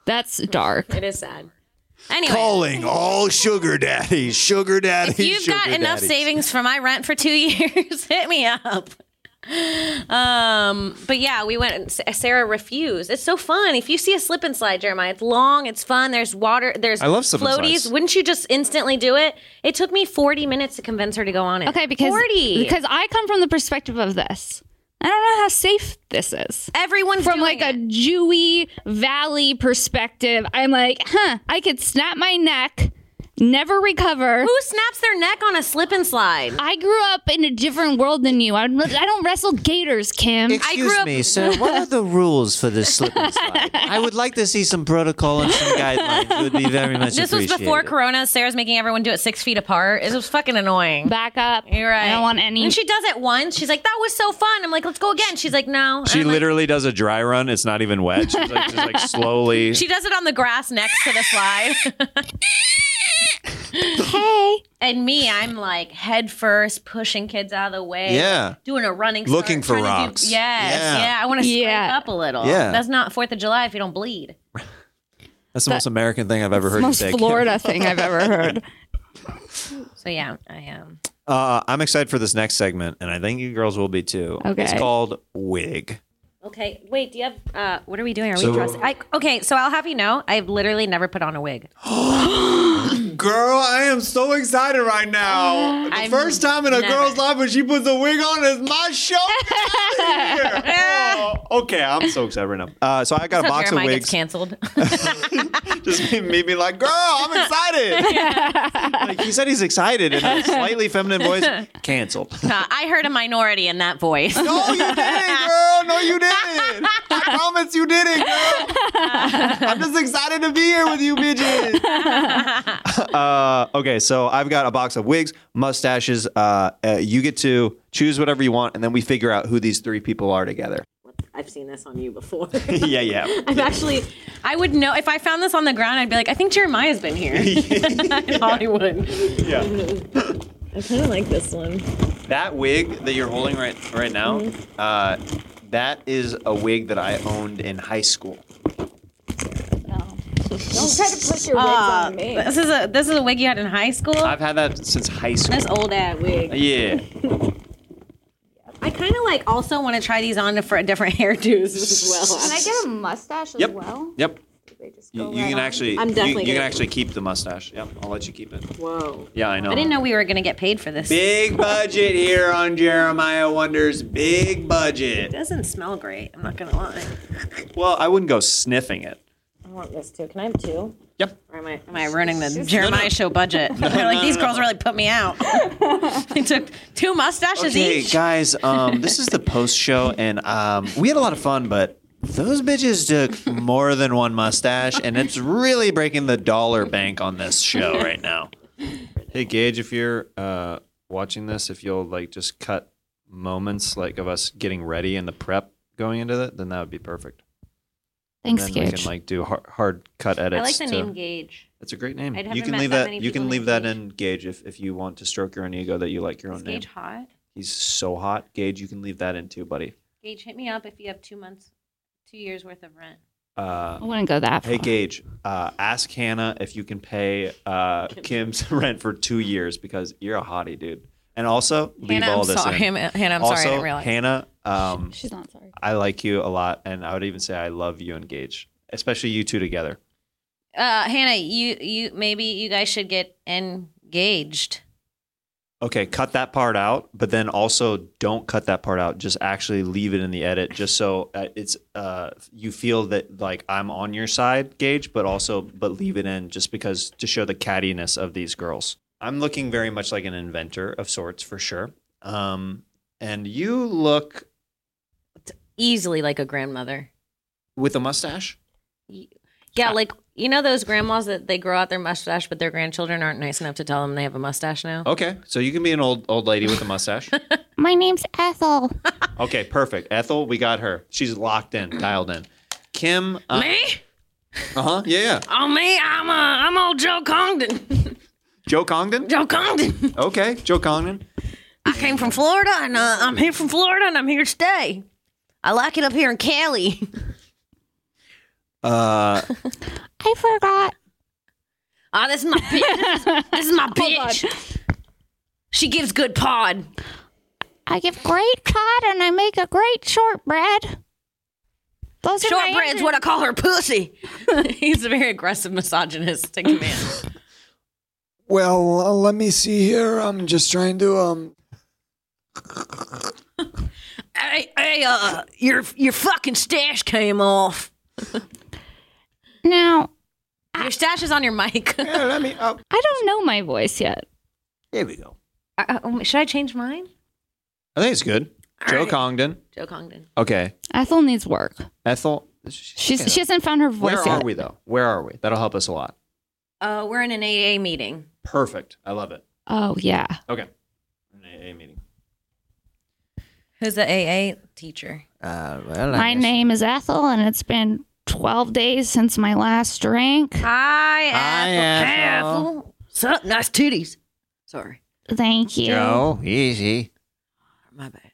Speaker 2: That's dark.
Speaker 3: It is sad. Anyway,
Speaker 5: Calling all sugar daddies, sugar daddies.
Speaker 3: if you've got
Speaker 5: sugar
Speaker 3: enough
Speaker 5: daddies.
Speaker 3: savings for my rent for two years, hit me up. Um, but yeah, we went. and Sa- Sarah refused. It's so fun. If you see a slip and slide, Jeremiah, it's long, it's fun. There's water. There's
Speaker 5: I love slip and
Speaker 3: floaties.
Speaker 5: slides.
Speaker 3: Wouldn't you just instantly do it? It took me 40 minutes to convince her to go on it.
Speaker 2: Okay, because
Speaker 3: 40
Speaker 2: because I come from the perspective of this. I don't know how safe this is.
Speaker 3: everyone
Speaker 2: From like a Jewy Valley perspective, I'm like, huh, I could snap my neck, never recover.
Speaker 3: who snaps their neck on a slip and slide.
Speaker 2: I grew up in a different world than you. I, I don't wrestle gators, Kim.
Speaker 3: I grew up-
Speaker 5: sir. What are the rules for this slip and slide? I would like to see some protocol and some guidelines. It would be very much
Speaker 3: This was before Corona. Sarah's making everyone do it six feet apart. It was fucking annoying.
Speaker 2: Back up.
Speaker 3: You're right.
Speaker 2: I don't want any.
Speaker 3: And she does it once. She's like, "That was so fun." I'm like, "Let's go again." She's like, "No." And
Speaker 5: She
Speaker 3: I'm like-
Speaker 5: literally does a dry run. It's not even wet. She's like, just like slowly.
Speaker 3: she does it on the grass next to the slide.
Speaker 2: hey.
Speaker 3: and me, I'm like head first, pushing kids out of the way.
Speaker 5: Yeah.
Speaker 3: Doing a running,
Speaker 5: Looking
Speaker 3: start,
Speaker 5: for
Speaker 3: trying to
Speaker 5: rocks.
Speaker 3: Do, yes.
Speaker 5: Yeah.
Speaker 3: Yeah. I want to
Speaker 2: Yeah.
Speaker 3: scrape up a little.
Speaker 5: Yeah.
Speaker 3: That's not Fourth of July if you don't bleed.
Speaker 5: That's the most American thing I've ever heard. you
Speaker 2: Most
Speaker 5: say.
Speaker 2: Florida thing I've ever heard.
Speaker 3: So yeah, I am.
Speaker 5: Uh, I'm excited for this next segment, and I think you girls will be too.
Speaker 2: Okay.
Speaker 5: It's called wig.
Speaker 3: Okay. Wait. Do you have? Uh, what are we doing? Are
Speaker 5: So-
Speaker 3: we dressing? I, okay. So I'll have you know, I've literally never put on a wig.
Speaker 5: Girl, I am so excited right now. The
Speaker 3: I've
Speaker 5: first time in a
Speaker 3: never-
Speaker 5: girl's life when she puts a wig on is my show. Get out of here. Oh, okay, I'm so excited right now. Uh, so I got a box
Speaker 3: Jeremiah
Speaker 5: of
Speaker 3: gets
Speaker 5: wigs.
Speaker 3: canceled.
Speaker 5: Just made me be like, girl, I'm excited. like, he said he's excited in a slightly feminine voice. Canceled.
Speaker 3: Uh, I heard a minority in that voice.
Speaker 5: No, you didn't, girl. No, you didn't. I promise you didn't, girl. I'm just excited to be here with you, bitches. uh, okay, so I've got a box of wigs, mustaches. Uh, uh, you get to choose whatever you want, and then we figure out who these three people are together.
Speaker 3: I've seen this on you before.
Speaker 5: yeah, yeah.
Speaker 3: I've actually, I would know if I found this on the ground. I'd be like, I think Jeremiah's been here in Hollywood.
Speaker 5: Yeah.
Speaker 3: I kind of like this one.
Speaker 5: That wig that you're holding right right now,
Speaker 2: Mm-hmm.
Speaker 5: uh, that is a wig that I owned in high school.
Speaker 3: Uh, This is a this is a wig you had in high school.
Speaker 5: I've had that since high school.
Speaker 3: this old ad wig.
Speaker 5: Yeah.
Speaker 2: Oh,
Speaker 3: I kind of like also want to try these on for different hairdos as well.
Speaker 2: Can I get a mustache as
Speaker 5: Yep.
Speaker 2: well?
Speaker 5: Yep.
Speaker 10: They just
Speaker 1: You,
Speaker 10: go
Speaker 1: you
Speaker 10: right
Speaker 1: can
Speaker 10: on.
Speaker 1: actually
Speaker 10: I'm
Speaker 1: you,
Speaker 10: definitely
Speaker 1: you can
Speaker 10: gonna-
Speaker 1: actually keep the mustache. Yep, I'll let you keep it.
Speaker 10: Whoa.
Speaker 1: Yeah, I know.
Speaker 3: I didn't know we were gonna get paid for this.
Speaker 1: Big budget here on Jeremiah Wonders. Big budget.
Speaker 3: It doesn't smell great. I'm not gonna lie.
Speaker 1: Well, I wouldn't go sniffing it.
Speaker 3: I want this too. Can I have two?
Speaker 1: Yep.
Speaker 3: Or am I am I ruining the Jeremiah show budget? They're like these girls really put me out. they took two mustaches
Speaker 1: Okay,
Speaker 3: each.
Speaker 1: guys, um, this is the post show, and um, we had a lot of fun, but those bitches took more than one mustache, and it's really breaking the dollar bank on this show right now. Hey, Gage, if you're uh, watching this, if you'll like just cut moments like of us getting ready and the prep going into that, then that would be perfect.
Speaker 2: Thanks,
Speaker 1: and then we
Speaker 2: Gage.
Speaker 1: can like do hard, hard cut edits.
Speaker 3: I like the
Speaker 1: to-
Speaker 3: name Gage.
Speaker 1: It's a great name.
Speaker 3: I'd
Speaker 1: You
Speaker 3: haven't
Speaker 1: can
Speaker 3: met
Speaker 1: leave
Speaker 3: that
Speaker 1: that.
Speaker 3: many
Speaker 1: you
Speaker 3: people
Speaker 1: can
Speaker 3: named
Speaker 1: leave that
Speaker 3: Gage.
Speaker 1: in Gage if, if you want to stroke your own ego that you like your own
Speaker 3: Is
Speaker 1: name.
Speaker 3: Gage hot?
Speaker 1: He's so hot, Gage. You can leave that in too, buddy.
Speaker 3: Gage, hit me up if you have two months, two years worth of rent.
Speaker 1: Uh,
Speaker 2: I wouldn't go that far.
Speaker 1: hey, Gage. Uh, ask Hannah if you can pay uh, Kim's rent for two years because you're a hottie, dude. And also leave
Speaker 3: Hannah,
Speaker 1: all
Speaker 3: I'm
Speaker 1: this
Speaker 3: sorry.
Speaker 1: in.
Speaker 3: Hannah, Hannah, I'm
Speaker 1: also,
Speaker 3: sorry. I didn't realize.
Speaker 1: Hannah, um,
Speaker 2: She's not sorry.
Speaker 1: I like you a lot, and I would even say I love you and Gage, especially you two together.
Speaker 3: uh, Hannah, you you maybe you guys should get engaged.
Speaker 1: Okay, cut that part out, but then also don't cut that part out. Just actually leave it in the edit, just so uh, it's uh, you feel that like I'm on your side, Gage, but also but leave it in just because to show the cattiness of these girls. I'm looking very much like an inventor of sorts for sure, um, and you look
Speaker 3: Easily like a grandmother.
Speaker 1: with a mustache.
Speaker 3: Yeah, like you know those grandmas that they grow out their mustache, but their grandchildren aren't nice enough to tell them they have a mustache now.
Speaker 1: Okay, so you can be an old old lady with a mustache.
Speaker 2: My name's Ethel.
Speaker 1: okay, perfect. Ethel, we got her. She's locked in, dialed in. Kim, uh
Speaker 3: Me?
Speaker 1: huh, yeah, yeah.
Speaker 3: Oh me, I'm uh, I'm old Joe Congdon.
Speaker 1: Joe Congdon.
Speaker 3: Joe Congdon.
Speaker 1: Okay, Joe Congdon.
Speaker 3: I came from Florida, and uh, I'm here from Florida, and I'm here to stay. I like it up here in Cali.
Speaker 1: Uh,
Speaker 2: I forgot.
Speaker 3: Ah, this is my bitch. This is my bitch. She gives good pod.
Speaker 2: I give great cod and I make a great shortbread. Those are my
Speaker 3: Shortbread's what I call her pussy. He's a very aggressive misogynistic man.
Speaker 11: Well, uh, let me see here. I'm just trying to um.
Speaker 3: hey, hey, uh, your your fucking stash came off.
Speaker 2: Now,
Speaker 3: Your stash is on your mic.
Speaker 11: Yeah, let me.
Speaker 4: oh,
Speaker 11: Uh,
Speaker 2: I don't know my voice yet.
Speaker 11: here we go.
Speaker 3: uh, um, should I change mine?
Speaker 1: I think it's good. Joe Congdon.
Speaker 3: Joe Congdon.
Speaker 1: Okay.
Speaker 2: Ethel needs work.
Speaker 1: Ethel.
Speaker 2: She's
Speaker 1: yeah.
Speaker 2: she hasn't found her voice
Speaker 1: Where are
Speaker 2: yet.
Speaker 1: we though? Where are we? That'll help us a lot.
Speaker 3: Uh, we're in an AA meeting.
Speaker 1: Perfect. I love it.
Speaker 2: Oh yeah.
Speaker 1: Okay. An AA meeting.
Speaker 3: Who's the AA teacher?
Speaker 4: Uh, well, I
Speaker 2: My
Speaker 4: guess-
Speaker 2: name is Ethel and it's been 12 days since my last drink.
Speaker 3: Hi,
Speaker 4: Hi, Ethel.
Speaker 3: Sup? Nice titties. Sorry,
Speaker 2: Thank you.
Speaker 4: Joe, easy.
Speaker 3: my bad.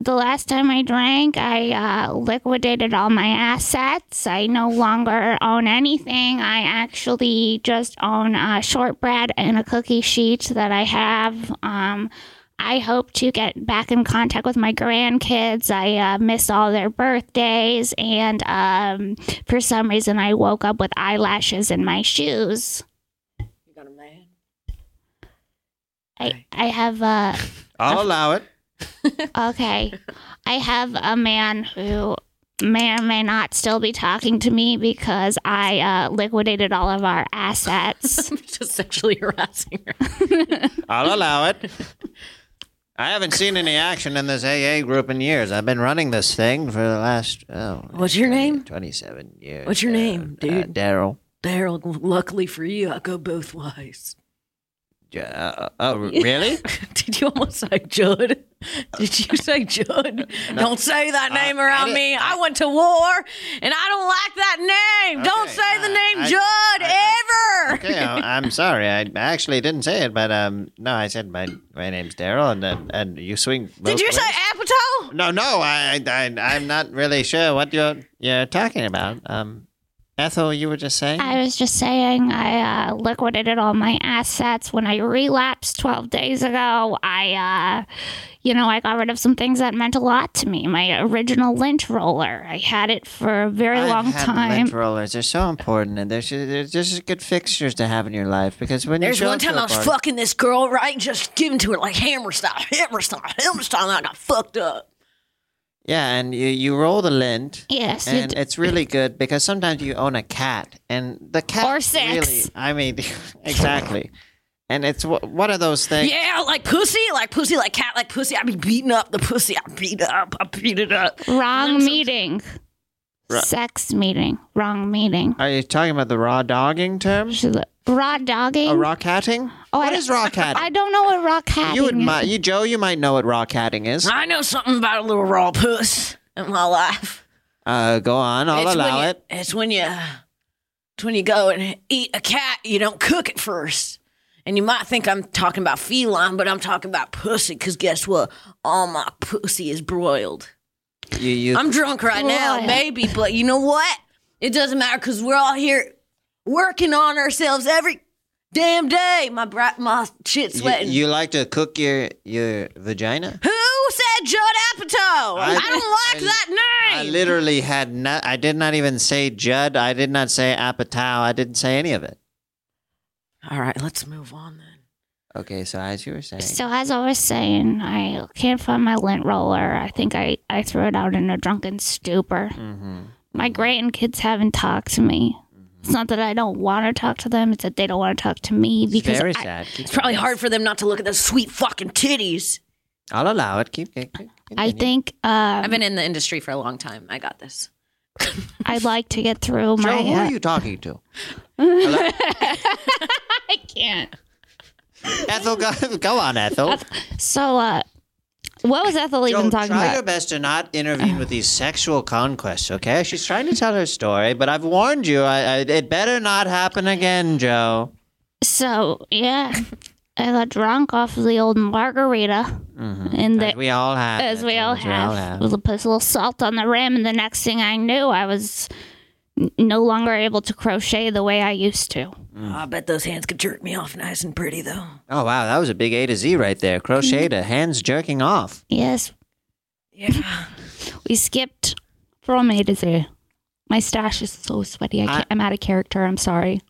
Speaker 2: The last time I drank, I uh, liquidated all my assets. I no longer own anything. I actually just own a shortbread and a cookie sheet that I have. Um, I hope to get back in contact with my grandkids. I uh, miss all their birthdays. And um, for some reason, I woke up with eyelashes in my shoes.
Speaker 3: You got a man.
Speaker 2: I, I have uh, a.
Speaker 5: I'll allow it.
Speaker 2: Okay. I have a man who may or may not still be talking to me because I uh, liquidated all of our assets.
Speaker 3: I'm just sexually harassing her.
Speaker 5: I'll allow it.
Speaker 4: I haven't seen any action in this AA group in years. I've been running this thing for the last oh,
Speaker 3: What's your name?
Speaker 4: Twenty-seven years.
Speaker 3: What's your name,
Speaker 4: Uh,
Speaker 3: dude?
Speaker 4: Daryl.
Speaker 3: Daryl, luckily for you, I go both ways.
Speaker 4: Uh, oh, really?
Speaker 3: Did you almost say Judd? Did you say Judd? don't say that name around
Speaker 4: didn't-
Speaker 3: me. I went to war and I don't like that name. don't
Speaker 4: Okay,
Speaker 3: say the
Speaker 4: uh,
Speaker 3: name
Speaker 4: I- I-
Speaker 3: Judd ever.
Speaker 4: okay, I, I'm sorry. I actually didn't say it, but um, no, I said my my name's Daryl, and, and and you swing.
Speaker 3: Did
Speaker 4: both
Speaker 3: you say
Speaker 4: ways?
Speaker 3: Apatow?
Speaker 4: No, no. I, I I I'm not really sure what you're you're talking about. Um,
Speaker 5: Ethel, you were just saying?
Speaker 2: I was just saying, I uh, liquidated all my assets when I relapsed 12 days ago. I, uh, you know, I got rid of some things that meant a lot to me. My original lint roller, I had it for a very
Speaker 5: I've
Speaker 2: long
Speaker 5: had
Speaker 2: time.
Speaker 5: lint rollers. They're so important, and they're ju- they're just good fixtures to have in your life because when
Speaker 3: There's
Speaker 5: you go
Speaker 3: one
Speaker 5: to
Speaker 3: time
Speaker 5: a
Speaker 3: I was
Speaker 5: bar-
Speaker 3: fucking this girl, right? Just giving to her like hammer style, hammer style, hammer style, and I got fucked up.
Speaker 5: Yeah, and you, you roll the lint.
Speaker 2: Yes, you
Speaker 5: and
Speaker 2: d-
Speaker 5: it's really good because sometimes you own a cat, and the cat
Speaker 2: Or six.
Speaker 5: Really, I mean, exactly. And it's wh- one of those things.
Speaker 3: Yeah, like pussy, like pussy, like cat, like pussy. I be beating up the pussy. I beat it up. I beat it up.
Speaker 12: Wrong meeting.
Speaker 5: Ru-
Speaker 12: Sex meeting. Wrong meeting.
Speaker 5: Are you talking about the raw dogging term?
Speaker 12: Raw dogging.
Speaker 5: A raw catting?
Speaker 12: Oh,
Speaker 5: what
Speaker 12: I-
Speaker 5: is raw catting?
Speaker 12: I don't know what raw catting
Speaker 5: you would,
Speaker 12: is.
Speaker 5: mi- you Joe, you might know what raw catting is.
Speaker 3: I know something about a little raw puss in my life.
Speaker 5: Uh, go on, I'll
Speaker 3: it's
Speaker 5: allow
Speaker 3: when you,
Speaker 5: it.
Speaker 3: It's when you, it's when you go and eat a cat, you don't cook it first. And you might think I'm talking about feline, but I'm talking about pussy. Cause guess what? All my pussy is broiled.
Speaker 5: You, you,
Speaker 3: I'm drunk right now,
Speaker 2: Right.
Speaker 3: maybe, but you know what? It doesn't matter because we're all here working on ourselves every damn day. My bra- my shit
Speaker 5: you,
Speaker 3: sweating.
Speaker 5: you like to cook your your vagina?
Speaker 3: Who said Judd Apatow? I,
Speaker 5: I-
Speaker 3: don't like
Speaker 5: I-
Speaker 3: that name.
Speaker 5: I literally had not. I did not even say Judd. I did not say Apatow. I didn't say any of it.
Speaker 3: all right, let's move on then.
Speaker 5: Okay, so as you were saying,
Speaker 2: So as I was saying, I can't find my lint roller. I think I, I threw it out in a drunken stupor.
Speaker 5: Mhm.
Speaker 2: My grandkids haven't talked to me.
Speaker 5: Mm-hmm.
Speaker 2: It's not that I don't want to talk to them; it's that they don't want to talk to me because
Speaker 5: very
Speaker 2: I-
Speaker 5: sad. Keep
Speaker 3: It's probably hard for them not to look at those sweet fucking titties.
Speaker 5: I'll allow it. Keep. keep, keep
Speaker 2: I
Speaker 5: continue.
Speaker 2: think uh,
Speaker 3: I've been in the industry for a long time. I got this.
Speaker 2: I'd like to get through my.
Speaker 5: Joe, who are
Speaker 2: uh,
Speaker 5: you talking to?
Speaker 12: I can't.
Speaker 5: Ethel, go, go on, Ethel.
Speaker 2: so, uh, what was Ethel even
Speaker 5: Joe,
Speaker 2: talking
Speaker 5: try
Speaker 2: about?
Speaker 5: your best to not intervene with these sexual conquests, okay? She's trying to tell her story, but I've warned you. I, I, it better not happen again, Joe.
Speaker 2: So yeah, I got drunk off of the old margarita,
Speaker 5: Mm-hmm.
Speaker 2: and the,
Speaker 5: As we all have.
Speaker 2: as we all have.
Speaker 5: have.
Speaker 2: With a put a little salt on the rim, and the next thing I knew, I was n- no longer able to crochet the way I used to.
Speaker 3: Ah, I bet those hands could jerk me off nice and pretty though.
Speaker 5: Oh, wow. That was a big A to Z right there. Crochet to hands jerking off.
Speaker 2: Yes,
Speaker 3: Yeah.
Speaker 2: we skipped from A to Z. My stash is so sweaty. I can't, I, am out of character. I'm sorry.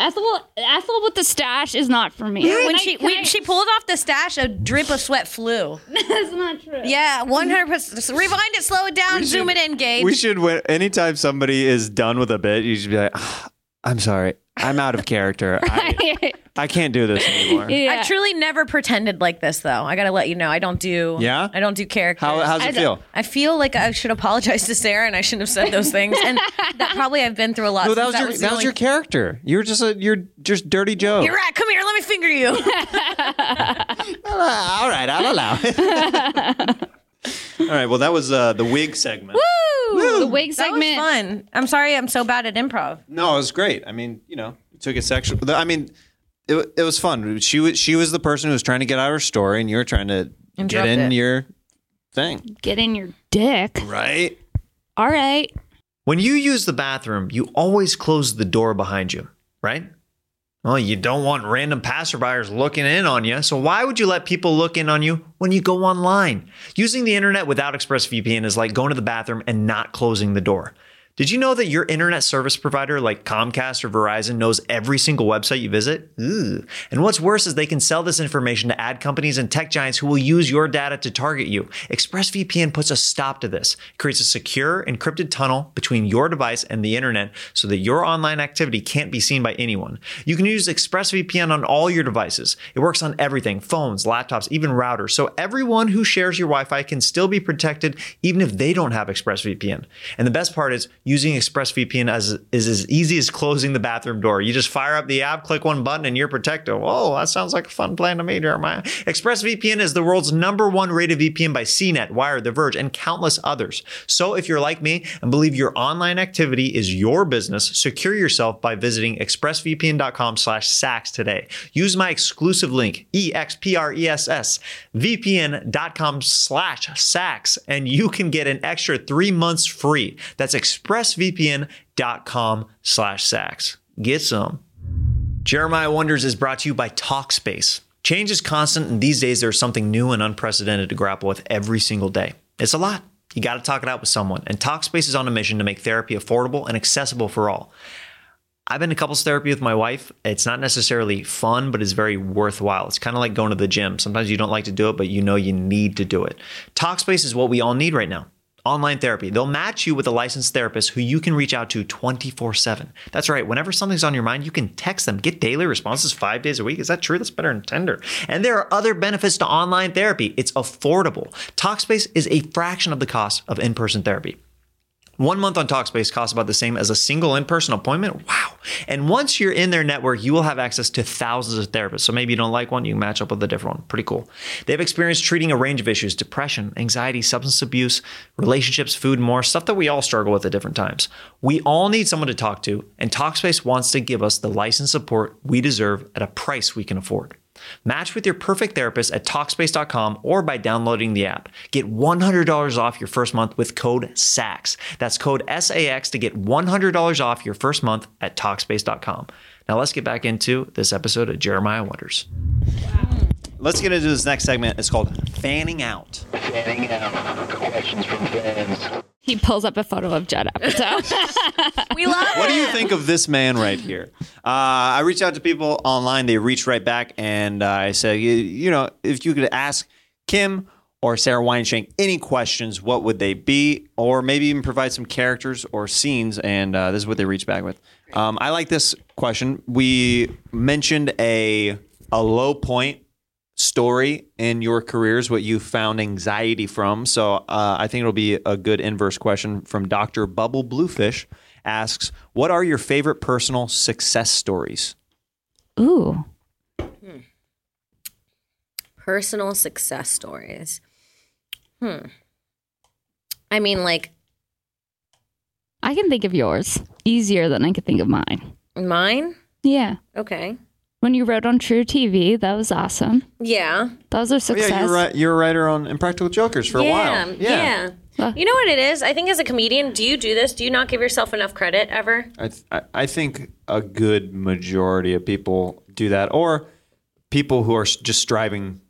Speaker 12: Ethel, Ethel with the stash is not for me.
Speaker 13: Yeah, when
Speaker 12: I-
Speaker 13: she
Speaker 12: can
Speaker 13: when
Speaker 12: I-
Speaker 13: she pulled off the stash, a drip of sweat flew.
Speaker 12: that's not true.
Speaker 13: Yeah, one hundred percent. Rewind it, slow it down, zoom it in, Gage.
Speaker 14: We should, when, anytime somebody is done with a bit, you should be like, "Ah, I'm sorry. I'm out of character. I, I can't do this anymore.
Speaker 12: Yeah.
Speaker 13: I've truly never pretended like this though. I gotta let you know, I don't do.
Speaker 14: Yeah?
Speaker 13: I don't do characters.
Speaker 14: How, how's
Speaker 13: I,
Speaker 14: it feel?
Speaker 13: I feel like I should apologize to Sarah, and I shouldn't have said those things. And that probably I've been through a lot.
Speaker 14: No, that
Speaker 13: uh, since the
Speaker 14: was your, that was
Speaker 13: only-
Speaker 14: your character. You're just a, you're just dirty Joe.
Speaker 3: You're right. Come here. Let me finger you.
Speaker 5: Uh, all right, I'll allow it.
Speaker 14: All right. Well, that was uh, the wig segment.
Speaker 12: The wig
Speaker 13: That was
Speaker 12: segment.
Speaker 13: fun. I'm sorry, I'm so bad at improv.
Speaker 14: No, it was great. I mean, you know, it took it sexual. I mean, it, wa- it was fun. She was she was the person who was trying to get out her story, and you were trying to get
Speaker 13: Interrupt
Speaker 14: in
Speaker 13: it.
Speaker 14: your thing,
Speaker 12: Get in your dick.
Speaker 14: right?
Speaker 12: All right.
Speaker 1: When you use the bathroom, you always close the door behind you, right? Well, you don't want random passerbyers looking in on you, so why would you let people look in on you when you go online? Using the internet without ExpressVPN is like going to the bathroom and not closing the door. Did you know that your internet service provider like Comcast or Verizon knows every single website you visit? Ooh. And what's worse is they can sell this information to ad companies and tech giants who will use your data to target you. ExpressVPN puts a stop to this. It creates a secure, encrypted tunnel between your device and the internet so that your online activity can't be seen by anyone. You can use ExpressVPN on all your devices. It works on everything phones, laptops, even routers. So everyone who shares your Wi Fi can still be protected even if they don't have ExpressVPN. And the best part is using ExpressVPN as, is as easy as closing the bathroom door. You just fire up the app, click one button, and you're protected. Whoa, that sounds like a fun plan to me, Jeremiah. ExpressVPN is the world's number one rated VPN by CNET, Wired, The Verge, and countless others. So if you're like me and believe your online activity is your business, secure yourself by visiting expressvpn.com slash sax today. Use my exclusive link, E E-X-P-R-E-S-S, vpn.com slash sax, and you can get an extra three months free. That's express expressvpn.com slash sax. Get some. Jeremiah Wonders is brought to you by Talkspace. Change is constant, and these days there's something new and unprecedented to grapple with every single day. It's a lot. You got to talk it out with someone, and Talkspace is on a mission to make therapy affordable and accessible for all. I've been to couples therapy with my wife. It's not necessarily fun, but it's very worthwhile. It's kind of like going to the gym. Sometimes you don't like to do it, but you know you need to do it. Talkspace is what we all need right now. Online therapy. They'll match you with a licensed therapist who you can reach out to 24 7. That's right. Whenever something's on your mind, you can text them. Get daily responses five days a week. Is that true? That's better than Tinder. And there are other benefits to online therapy. It's affordable. Talkspace is a fraction of the cost of in person therapy. One month on Talkspace costs about the same as a single in person appointment. Wow. And once you're in their network, you will have access to thousands of therapists. So maybe you don't like one, you can match up with a different one. Pretty cool. They have experience treating a range of issues depression, anxiety, substance abuse, relationships, food, and more stuff that we all struggle with at different times. We all need someone to talk to, and Talkspace wants to give us the license support we deserve at a price we can afford. Match with your perfect therapist at Talkspace.com or by downloading the app. Get $100 off your first month with code SAX. That's code SAX to get $100 off your first month at Talkspace.com. Now let's get back into this episode of Jeremiah Wonders.
Speaker 5: Let's get into this next segment. It's called Fanning Out.
Speaker 15: Fanning out. Questions from fans.
Speaker 2: He pulls up a photo of Judd Apatow. we love
Speaker 5: What do you think of this man right here? Uh, I reach out to people online, they reach right back, and uh, I say, you, you know, if you could ask Kim or Sarah Weinshank any questions, what would they be? Or maybe even provide some characters or scenes, and uh, this is what they reach back with. Um, I like this question. We mentioned a a low point story in your careers, what you found anxiety from. So uh, I think it'll be a good inverse question from Dr. Bubble Bluefish asks, what are your favorite personal success stories?
Speaker 2: Ooh.
Speaker 3: Personal success stories. Hmm. I mean, like
Speaker 2: I can think of yours easier than I could think of mine.
Speaker 3: mine.
Speaker 2: Yeah.
Speaker 3: Okay.
Speaker 2: When you wrote on True TV, that was awesome.
Speaker 3: Yeah.
Speaker 2: Those are success.
Speaker 5: Oh, Yeah, you're, right, you're a writer on Impractical Jokers for
Speaker 3: yeah.
Speaker 5: a while.
Speaker 3: Yeah.
Speaker 2: Huh.
Speaker 3: You know what it is? I think as a comedian, do you do this? Do you not give yourself enough credit ever?
Speaker 5: I, th- I- I think a good majority of people do that, or people who are s- just striving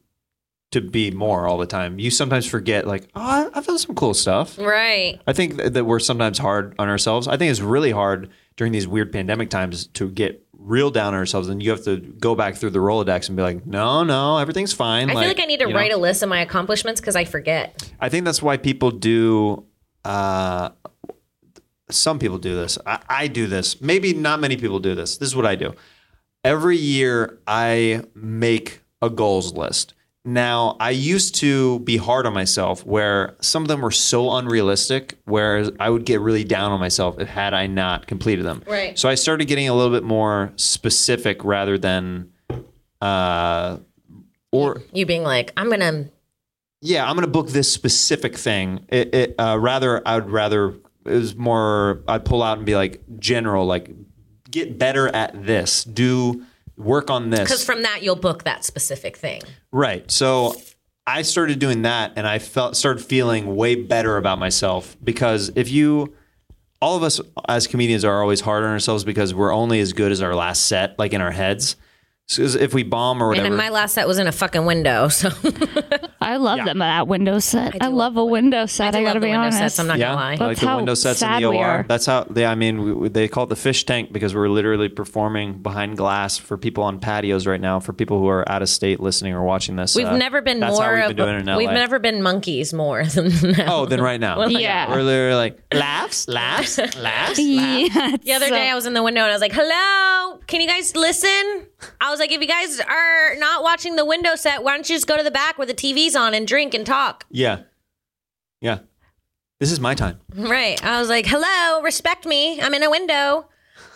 Speaker 5: to be more all the time. You sometimes forget, like, oh, I- I've done some cool stuff.
Speaker 3: Right.
Speaker 5: I think th- that we're sometimes hard on ourselves. I think it's really hard during these weird pandemic times to get real down on ourselves, and you have to go back through the Rolodex and be like, no, no, everything's fine.
Speaker 3: I feel like I need to
Speaker 5: you know?
Speaker 3: write a list of my accomplishments because I forget.
Speaker 5: I think that's why people do. Uh, some people do this. I, I do this. Maybe not many people do this. This is what I do. Every year, I make a goals list. Now, I used to be hard on myself where some of them were so unrealistic, whereas I would get really down on myself if had I not completed them.
Speaker 3: Right.
Speaker 5: So I started getting a little bit more specific rather than, uh, or
Speaker 3: You being like, I'm gonna.
Speaker 5: yeah, I'm going to book this specific thing. It, it uh, rather, I would rather it was more. I'd pull out and be like general, like get better at this, do work on
Speaker 3: Because
Speaker 5: this.
Speaker 3: from that you'll book that specific thing.
Speaker 5: right. So I started doing that, and I felt started feeling way better about myself because if you all of us as comedians are always hard on ourselves because we're only as good as our last set, like in our heads. So if we bomb or whatever,
Speaker 3: And then my last set was in a fucking window, so
Speaker 2: I love them that window set. I, love a window set. I, gotta be
Speaker 3: window
Speaker 2: honest.
Speaker 3: sets, I'm not
Speaker 5: yeah,
Speaker 3: gonna lie.
Speaker 5: like
Speaker 2: That's
Speaker 5: the
Speaker 2: how
Speaker 5: window sets in
Speaker 2: sad
Speaker 5: the
Speaker 2: we
Speaker 5: OR.
Speaker 2: are.
Speaker 5: That's how they. I mean, we- we, they call it the fish tank because we're literally performing behind glass for people on patios right now. For people who are out of state listening or watching this,
Speaker 3: We've
Speaker 5: Uh,
Speaker 3: never been
Speaker 5: that's
Speaker 3: more
Speaker 5: How
Speaker 3: of
Speaker 5: we've been doing it in
Speaker 3: we've
Speaker 5: LA.
Speaker 3: never been monkeys more than now.
Speaker 5: Oh, then right now.
Speaker 3: Well, yeah.
Speaker 5: We're literally like laughs, laughs, laughs.
Speaker 2: Yeah,
Speaker 3: The other day I was in the window and I was like, "Hello, can you guys listen?" I was like, "If you guys are not watching the window set, why don't you just go to the back where the TV's on and drink and talk?"
Speaker 5: Yeah, yeah. This is my time.
Speaker 3: Right. I was like, "Hello, respect me. I'm in a window."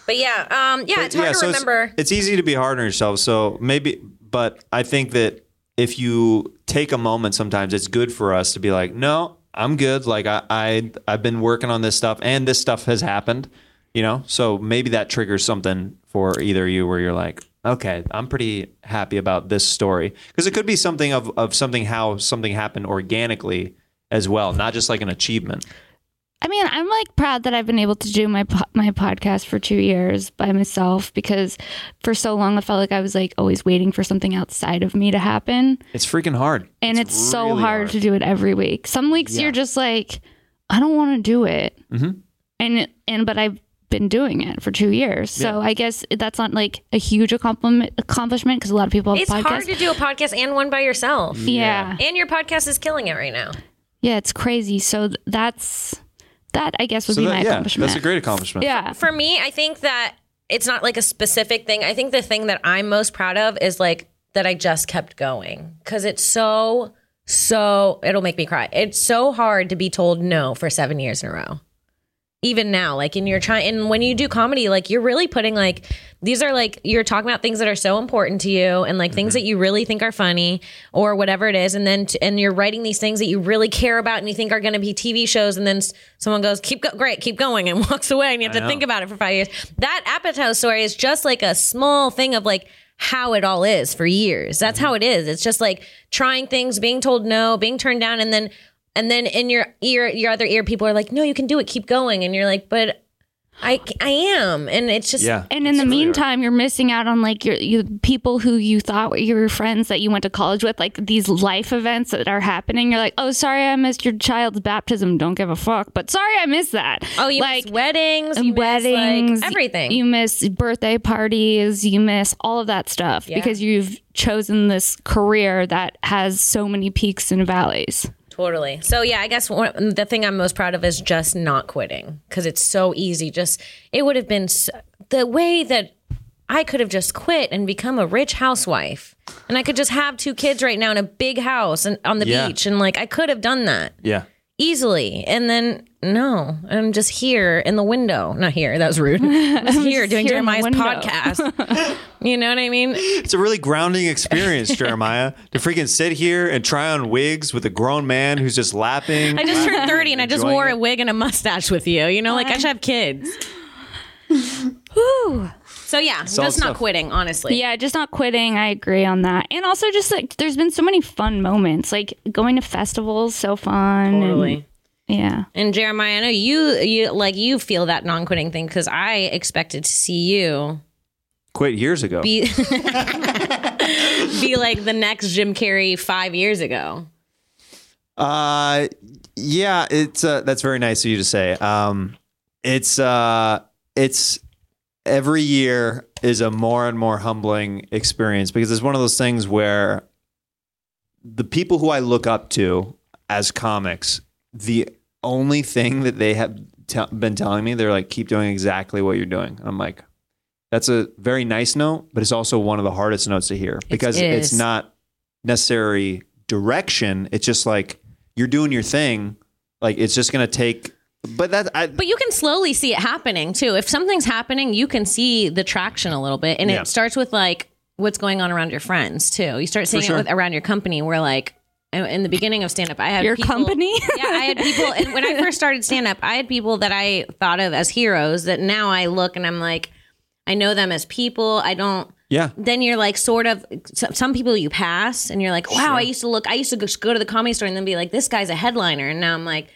Speaker 3: But yeah, um, yeah,
Speaker 5: But
Speaker 3: it's hard to
Speaker 5: so
Speaker 3: remember.
Speaker 5: It's, easy to be hard on yourself. So maybe, but I think that if you take a moment, sometimes it's good for us to be like, no, I'm good. Like I, I I've been working on this stuff, and this stuff has happened. You know, so maybe that triggers something for either you, where you're like, okay, I'm pretty happy about this story, because it could be something of of something how something happened organically as well, not just like an achievement.
Speaker 2: I mean, I'm like proud that I've been able to do my po- my podcast for two years by myself because for so long I felt like I was like always waiting for something outside of me to happen,
Speaker 5: It's freaking hard.
Speaker 2: and it's, so
Speaker 5: really
Speaker 2: hard, to do it every week. Some weeks
Speaker 5: Yeah.
Speaker 2: you're just like, I don't want to do it,
Speaker 5: Mhm.
Speaker 2: and it- and but I've been doing it for two years, so
Speaker 3: Yeah.
Speaker 2: I guess that's not like a huge accomplishment accomplishment because a lot of people have
Speaker 3: It's
Speaker 2: podcasts.
Speaker 3: hard to do a podcast and one by yourself.
Speaker 2: Mm. Yeah.
Speaker 3: And your podcast is killing it right now.
Speaker 2: Yeah, it's crazy. So th- that's that. I guess would
Speaker 5: So
Speaker 2: be
Speaker 5: that-
Speaker 2: my
Speaker 5: yeah,
Speaker 2: accomplishment.
Speaker 5: that's a great accomplishment.
Speaker 2: Yeah.
Speaker 3: For me, I think that it's not like a specific thing. I think the thing that I'm most proud of is like that I just kept going because it's so, so, it'll make me cry. It's so hard to be told no for seven years in a row. Even now, like in your trying, and when you do comedy, like you're really putting like these are like you're talking about things that are so important to you, and like
Speaker 16: Mm-hmm.
Speaker 3: things that you really think are funny or whatever it is, and then t- and you're writing these things that you really care about and you think are going to be TV shows, and then s- someone goes, "Keep go- great, keep going," and walks away, and you have
Speaker 16: I
Speaker 3: to
Speaker 16: know.
Speaker 3: think about it for five years. That Apatow story is just like a small thing of like how it all is for years. That's
Speaker 16: Mm-hmm.
Speaker 3: how it is. It's just like trying things, being told no, being turned down, and then and then in your ear, your other ear, people are like, "No, you can do it. Keep going," and you're like, "But I I am," and it's just
Speaker 2: And in the meantime, you're missing out on like your, your people who you thought were your friends that you went to college with, like these life events that are happening. You're like, oh, sorry, I missed your child's baptism. Don't give a fuck. But sorry, I missed that.
Speaker 3: Oh, you
Speaker 2: like
Speaker 3: miss weddings, you
Speaker 2: weddings,
Speaker 3: miss, like, everything.
Speaker 2: You miss birthday parties. You miss all of that stuff
Speaker 3: Yeah.
Speaker 2: because you've chosen this career that has so many peaks and valleys.
Speaker 3: Totally. So yeah, I guess one, the thing I'm most proud of is just not quitting because it's so easy. Just it would have been s the way that I could have just quit and become a rich housewife, and I could just have two kids right now in a big house and on the
Speaker 5: Yeah.
Speaker 3: beach, and like I could have done that
Speaker 5: Yeah.
Speaker 3: easily. And then no, I'm just here in the window. Not here. That was rude. I'm just here doing
Speaker 2: here in the
Speaker 3: Jeremiah's
Speaker 2: window.
Speaker 3: podcast. you know what I mean?
Speaker 5: It's a really grounding experience, Jeremiah, to freaking sit here and try on wigs with a grown man who's just lapping.
Speaker 3: I just turned 30 and I just
Speaker 5: Enjoying
Speaker 3: wore
Speaker 5: it.
Speaker 3: a wig and a mustache with you. You know, like I should have kids. So yeah,
Speaker 2: Solid
Speaker 3: just not
Speaker 2: stuff.
Speaker 3: quitting, honestly.
Speaker 2: Yeah, just not quitting. I agree on that. And also, just like there's been so many fun moments, like going to festivals, so fun. and-
Speaker 3: Totally.
Speaker 2: yeah.
Speaker 3: And Jeremiah, I know you you like you feel that non-quitting thing because I expected to see you
Speaker 5: quit years ago.
Speaker 3: be be like the next Jim Carrey five years ago.
Speaker 5: Uh, yeah, it's uh, that's very nice of you to say. Um, it's uh, it's every year is a more and more humbling experience because it's one of those things where the people who I look up to as comics, the only thing that they have te- been telling me, they're like, keep doing exactly what you're doing. I'm like, that's a very nice note, but it's also one of the hardest notes to hear because it's
Speaker 17: is.
Speaker 5: not necessary direction. It's just like you're doing your thing. Like it's just gonna take. But that I,
Speaker 3: But you can slowly see it happening too. If something's happening, you can see the traction a little bit, and
Speaker 5: Yeah.
Speaker 3: it starts with like what's going on around your friends too. You start
Speaker 5: For
Speaker 3: seeing
Speaker 5: sure.
Speaker 3: it with, around your company, where like in- in the beginning of stand up, I had
Speaker 2: Your
Speaker 3: people-
Speaker 2: company?
Speaker 3: yeah, I had people, and when I first started stand up, I had people that I thought of as heroes that now I look and I'm like, I know them as people. I don't.
Speaker 5: yeah.
Speaker 3: Then you're like sort of so- some people you pass and you're like, wow, I used to look, I used to go- go to the comedy store and then be like, this guy's a headliner, and now I'm like,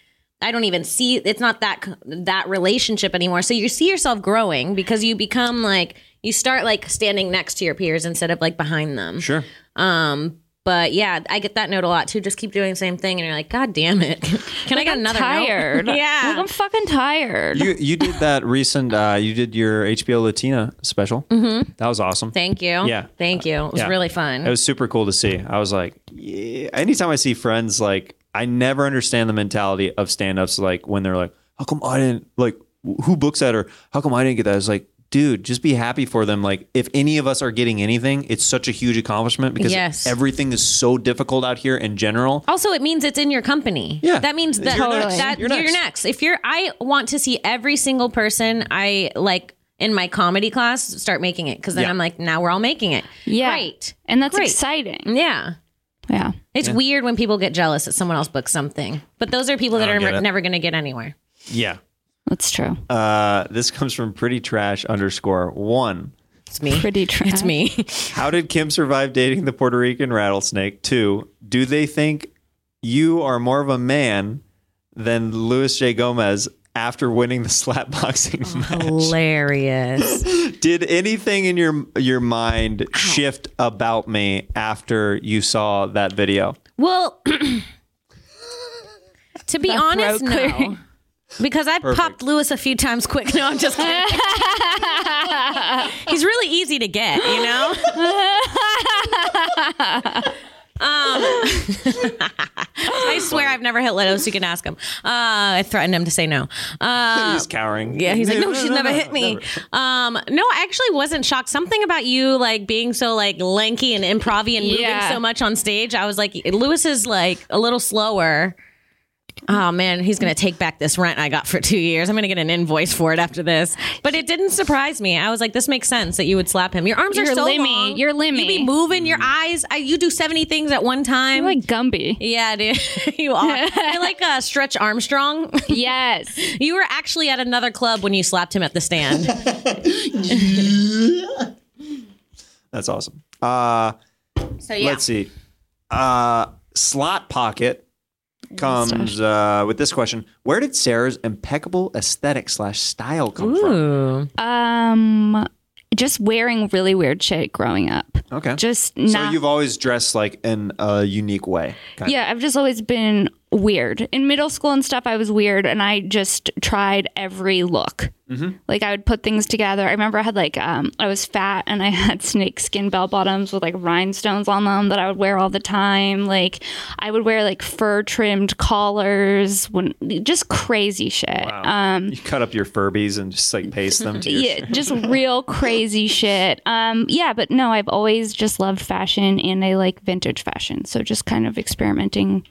Speaker 3: I don't even see. It's not that c- that relationship anymore. So you see yourself growing because you become like you start like standing next to your peers instead of like behind them.
Speaker 5: Sure.
Speaker 3: Um. But yeah, I get that note a lot too. Just keep doing the same thing, and you're like, God damn it! Can I
Speaker 2: Like,
Speaker 3: get
Speaker 2: I'm
Speaker 3: another note?
Speaker 2: tired.
Speaker 3: yeah,
Speaker 2: Like, I'm fucking tired.
Speaker 5: You you did that recent. Uh, you did your HBO Latina special.
Speaker 3: Mhm.
Speaker 5: That was awesome.
Speaker 3: Thank you.
Speaker 5: Yeah.
Speaker 3: Thank you. It was
Speaker 5: Yeah.
Speaker 3: really fun.
Speaker 5: It was super cool to see. I was like, yeah. anytime I see friends, like I never understand the mentality of stand-ups. Like when they're like, how come I didn't like who books that or how come I didn't get that? It's like, dude, just be happy for them. Like if any of us are getting anything, it's such a huge accomplishment because
Speaker 3: Yes.
Speaker 5: everything is so difficult out here in general.
Speaker 3: Also, it means it's in your company.
Speaker 5: Yeah.
Speaker 3: That means that,
Speaker 5: You're next.
Speaker 3: that
Speaker 5: You're
Speaker 3: you're,
Speaker 5: next.
Speaker 3: next. If you're, I want to see every single person I like in my comedy class start making it because then
Speaker 2: Yeah.
Speaker 3: I'm like, now we're all making it.
Speaker 2: Yeah.
Speaker 3: Great.
Speaker 2: And that's
Speaker 3: Great.
Speaker 2: exciting.
Speaker 3: Yeah.
Speaker 2: Yeah.
Speaker 3: It's weird when people get jealous that someone else books something, but those are people that
Speaker 5: I
Speaker 3: are
Speaker 5: don't get it.
Speaker 3: never going to get anywhere.
Speaker 5: Yeah.
Speaker 2: That's true.
Speaker 5: Uh, this comes from pretty trash underscore one.
Speaker 3: It's me.
Speaker 2: Pretty trash.
Speaker 3: It's me.
Speaker 5: How did Kim survive dating the Puerto Rican rattlesnake? Two, do they think you are more of a man than Luis J. Gomez after winning the slap boxing
Speaker 3: Oh
Speaker 5: match.
Speaker 3: Hilarious.
Speaker 5: Did anything in your your mind shift about me after you saw that video?
Speaker 3: Well, to be
Speaker 2: The throat
Speaker 3: honest, no.
Speaker 2: clearing.
Speaker 3: Because I
Speaker 5: Perfect.
Speaker 3: popped Lewis a few times quick. No, I'm just kidding. He's really easy to get, you know? um, I swear I've never hit Lewis. You can ask him. Uh, I threatened him to say no. Uh,
Speaker 5: he's cowering.
Speaker 3: yeah, he's like, no, she's never hit me. Um, no, I actually wasn't shocked. Something about you like being so like lanky and improv and moving
Speaker 2: Yeah.
Speaker 3: so much on stage. I was like, Lewis is like a little slower. Oh man, he's gonna take back this rent I got for two years. I'm gonna get an invoice for it after this. But it didn't surprise me. I was like, this makes sense that you would slap him. Your arms
Speaker 2: You're
Speaker 3: are so
Speaker 2: limmy.
Speaker 3: long.
Speaker 2: You're limmy.
Speaker 3: You be moving your eyes. I, you do seventy things at one time.
Speaker 2: I'm like Gumby.
Speaker 3: yeah, dude, you are. You're like uh, Stretch Armstrong.
Speaker 2: Yes.
Speaker 3: You were actually at another club when you slapped him at the stand.
Speaker 5: That's awesome. Uh,
Speaker 3: So yeah.
Speaker 5: Let's see. Uh, Slot Pocket comes uh, with this question: Where did Sarah's impeccable aesthetic slash style come
Speaker 3: Ooh.
Speaker 2: Um, just wearing really weird shit growing up.
Speaker 5: from? Okay,
Speaker 2: Just
Speaker 5: so
Speaker 2: not.
Speaker 5: you've always dressed like in a unique way. Okay.
Speaker 2: yeah, I've just always been weird. In middle school and stuff, I was weird, and I just tried every look.
Speaker 5: Mhm.
Speaker 2: Like I would put things together. I remember I had like um, I was fat and I had snake skin bell bottoms with like rhinestones on them that I would wear all the time. Like I would wear like fur trimmed collars when just crazy shit. Um,
Speaker 5: You cut up your Furbies and just like paste them to your
Speaker 2: yeah, just real crazy shit. Um, yeah, but no, I've always just loved fashion and I like vintage fashion. So just kind of experimenting,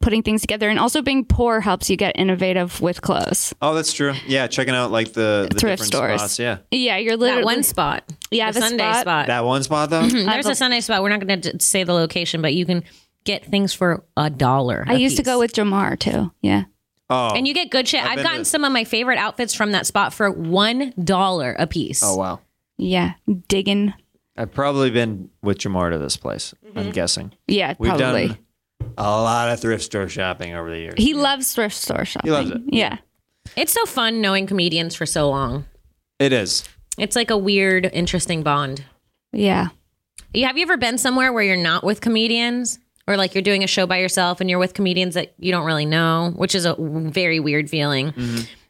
Speaker 2: putting things together, and also being poor helps you get innovative with clothes.
Speaker 5: Oh, that's true. Yeah, checking out like the, the
Speaker 2: Thrift
Speaker 5: different
Speaker 2: stores.
Speaker 5: spots. Yeah,
Speaker 2: Yeah, you're
Speaker 3: That
Speaker 2: literally
Speaker 3: one spot.
Speaker 2: Yeah,
Speaker 3: the,
Speaker 2: the
Speaker 3: Sunday
Speaker 2: spot.
Speaker 3: spot.
Speaker 5: that one spot though.
Speaker 2: Mm-hmm.
Speaker 3: Mm, There's a Sunday spot. We're not going to say the location, but you can get things for a dollar.
Speaker 2: I
Speaker 3: a
Speaker 2: used to
Speaker 3: piece.
Speaker 2: go with Jamar too. Yeah.
Speaker 5: oh,
Speaker 3: And you get good shit.
Speaker 5: I've
Speaker 3: I've,
Speaker 5: been
Speaker 3: gotten
Speaker 5: to-
Speaker 3: some of my favorite outfits from that spot for one dollar a piece.
Speaker 5: oh wow.
Speaker 2: Yeah. Digging.
Speaker 5: I've probably been with Jamar to this place.
Speaker 3: Mm-hmm.
Speaker 5: I'm guessing
Speaker 2: Yeah,
Speaker 5: we've
Speaker 2: probably.
Speaker 5: done a lot of thrift store shopping over the years.
Speaker 2: He loves thrift store shopping.
Speaker 5: loves it.
Speaker 2: Yeah.
Speaker 3: It's so fun knowing comedians for so long.
Speaker 5: it is.
Speaker 3: It's like a weird, interesting bond.
Speaker 2: Yeah.
Speaker 3: You have you ever been somewhere where you're not with comedians? Or like you're doing a show by yourself and you're with comedians that you don't really know, which is a w- very weird feeling.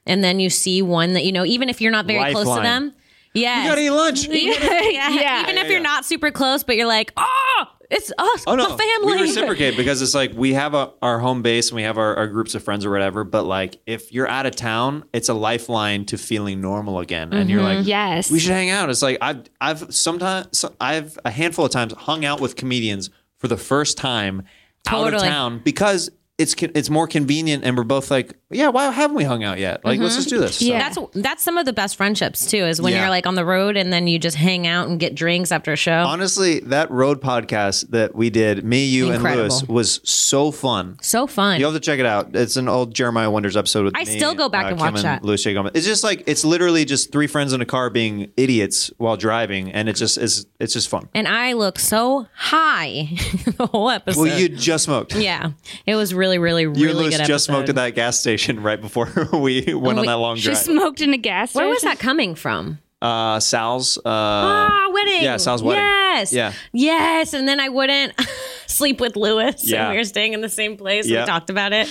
Speaker 3: And then you see one that you know, even if you're not very close to
Speaker 5: Mm-hmm. Lifeline.
Speaker 3: them.
Speaker 5: You gotta
Speaker 3: Yeah.
Speaker 5: eat lunch.
Speaker 3: yeah.
Speaker 2: Yeah.
Speaker 3: Even if you're not super close, but you're like, oh, it's us,
Speaker 5: Oh
Speaker 3: the
Speaker 5: no,
Speaker 3: family.
Speaker 5: we reciprocate because it's like we have a, our home base and we have our, our groups of friends or whatever. But like, if you're out of town, it's a lifeline to feeling normal again, and you're like,
Speaker 3: Mm-hmm.
Speaker 2: Yes.
Speaker 5: we should hang out. It's like I've I've sometimes so- I've a handful of times hung out with comedians for the first time out of
Speaker 3: Totally.
Speaker 5: town because it's con- it's more convenient, and we're both like, yeah, why haven't we hung out yet? Like,
Speaker 3: Mm-hmm.
Speaker 5: let's just do this. So-
Speaker 2: Yeah.
Speaker 3: That's that's some of the best friendships too, is when
Speaker 5: Yeah.
Speaker 3: you're like on the road and then you just hang out and get drinks after a show.
Speaker 5: Honestly, that road podcast that we did, me, you,
Speaker 3: Incredible.
Speaker 5: and Lewis, was so fun.
Speaker 3: so fun.
Speaker 5: You'll have to check it out. It's an old Jeremiah Wonders episode with
Speaker 3: I
Speaker 5: me, uh,
Speaker 3: still go back and
Speaker 5: Kim
Speaker 3: watch that.
Speaker 5: Louis J. Gomez. It's just like it's literally just three friends in a car being idiots while driving, and it's just is it's just fun.
Speaker 3: and I look so high the whole episode.
Speaker 5: Well, you just smoked.
Speaker 3: yeah, it was really, really, really
Speaker 5: you and Louis
Speaker 3: good.
Speaker 5: just
Speaker 3: episode.
Speaker 5: smoked at that gas station right before we went on
Speaker 3: we-
Speaker 5: that long
Speaker 2: She
Speaker 5: drive.
Speaker 2: smoked in a gas
Speaker 3: Where
Speaker 2: station.
Speaker 3: was that coming from?
Speaker 5: uh, Sal's. Uh,
Speaker 3: Ah, wedding.
Speaker 5: yeah, Sal's wedding.
Speaker 3: Yes.
Speaker 5: Yeah.
Speaker 3: Yes. And then I wouldn't sleep with Lewis.
Speaker 5: Yeah.
Speaker 3: And we were staying in the same place.
Speaker 5: Yeah.
Speaker 3: We talked about it.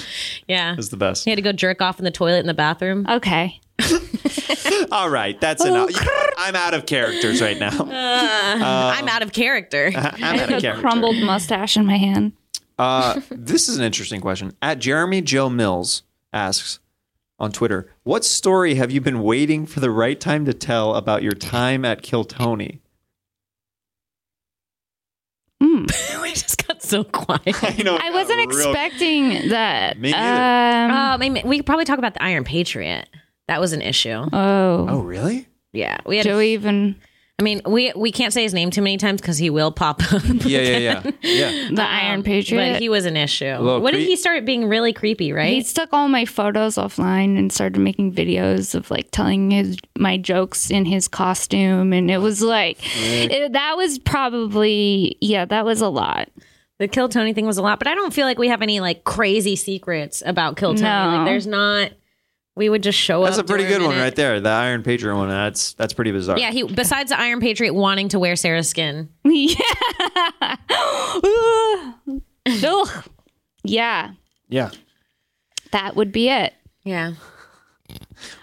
Speaker 3: Yeah.
Speaker 5: is the best.
Speaker 3: He had to go jerk off in the toilet in the bathroom.
Speaker 2: Okay.
Speaker 5: All right, that's
Speaker 3: Oh,
Speaker 5: enough. I'm out of characters right now.
Speaker 3: Uh,
Speaker 5: Uh,
Speaker 3: I'm out of character.
Speaker 5: I'm out
Speaker 2: I
Speaker 5: of
Speaker 2: have a
Speaker 5: character.
Speaker 2: crumbled mustache in my hand.
Speaker 5: Uh, this is an interesting question. At Jeremy Joe Mills asks on Twitter, "What story have you been waiting for the right time to tell about your time at Kiltony?"
Speaker 2: Mm.
Speaker 3: we just got so quiet.
Speaker 5: You know,
Speaker 2: I wasn't expecting that.
Speaker 5: Me
Speaker 2: Um,
Speaker 3: Um, I mean, we could probably talk about the Iron Patriot. That was an issue.
Speaker 2: oh,
Speaker 5: Oh, really?
Speaker 3: Yeah, we had.
Speaker 2: Joey even
Speaker 3: I mean, we we can't say his name too many times because he will pop up.
Speaker 5: Yeah, yeah, yeah, yeah.
Speaker 2: the Iron
Speaker 3: Um, But
Speaker 2: Patriot.
Speaker 3: he
Speaker 2: He,
Speaker 3: was an issue.
Speaker 5: little
Speaker 3: What
Speaker 5: creep.
Speaker 3: did he start being really creepy? Right?
Speaker 2: took all my photos offline and started making videos of like telling his my jokes in his costume, and it was like it, that was probably yeah, that was a lot.
Speaker 3: The Kill Tony thing was a lot, but I don't feel like we have any like crazy secrets about Kill Tony.
Speaker 2: No.
Speaker 3: Like, there's not. We would just show
Speaker 5: That's a
Speaker 3: up. to
Speaker 5: pretty
Speaker 3: her
Speaker 5: good one
Speaker 3: minute.
Speaker 5: right there. The Iron Patriot one. That's that's pretty bizarre.
Speaker 3: Yeah, he besides the Iron Patriot wanting to wear Sarah's skin.
Speaker 2: Ugh. Yeah,
Speaker 5: Yeah.
Speaker 2: that would be it.
Speaker 3: Yeah.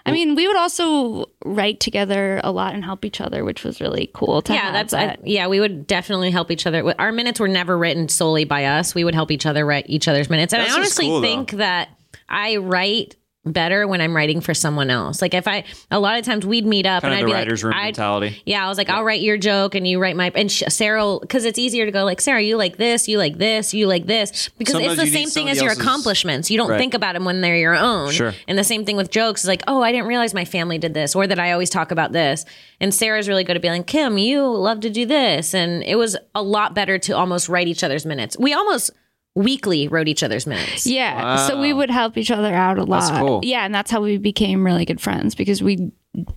Speaker 2: I mean, we would also write together a lot and help each other, which was really cool. To
Speaker 3: yeah,
Speaker 2: have
Speaker 3: that's I,
Speaker 2: that.
Speaker 3: yeah. We would definitely help each other. Our minutes were never written solely by us. We would help each other write each other's minutes. And
Speaker 2: That's
Speaker 3: I
Speaker 2: just
Speaker 3: honestly
Speaker 2: cool, though.
Speaker 3: think that I write better when I'm writing for someone else. Like if I a lot of times we'd meet up
Speaker 5: Kind of
Speaker 3: and
Speaker 5: the
Speaker 3: I'd be
Speaker 5: writer's
Speaker 3: like,
Speaker 5: room
Speaker 3: I'd,
Speaker 5: mentality.
Speaker 3: Yeah, I was like, I'll write your joke and you write my and sh- Sarah because it's easier to go like Sarah, you like this, you like this, you like this because
Speaker 5: Sometimes
Speaker 3: it's the
Speaker 5: you need
Speaker 3: same thing
Speaker 5: somebody
Speaker 3: as your
Speaker 5: else's-
Speaker 3: accomplishments. You don't
Speaker 5: Right.
Speaker 3: think about them when they're your own.
Speaker 5: Sure.
Speaker 3: And the same thing with jokes is like, oh, I didn't realize my family did this or that I always talk about this. And Sarah's really good at being like, Kim, you love to do this, and it was a lot better to almost write each other's minutes. We almost weekly wrote each other's minutes.
Speaker 2: Yeah. So we would help each other out a lot.
Speaker 3: That's cool.
Speaker 2: Yeah, and that's how we became really good friends because we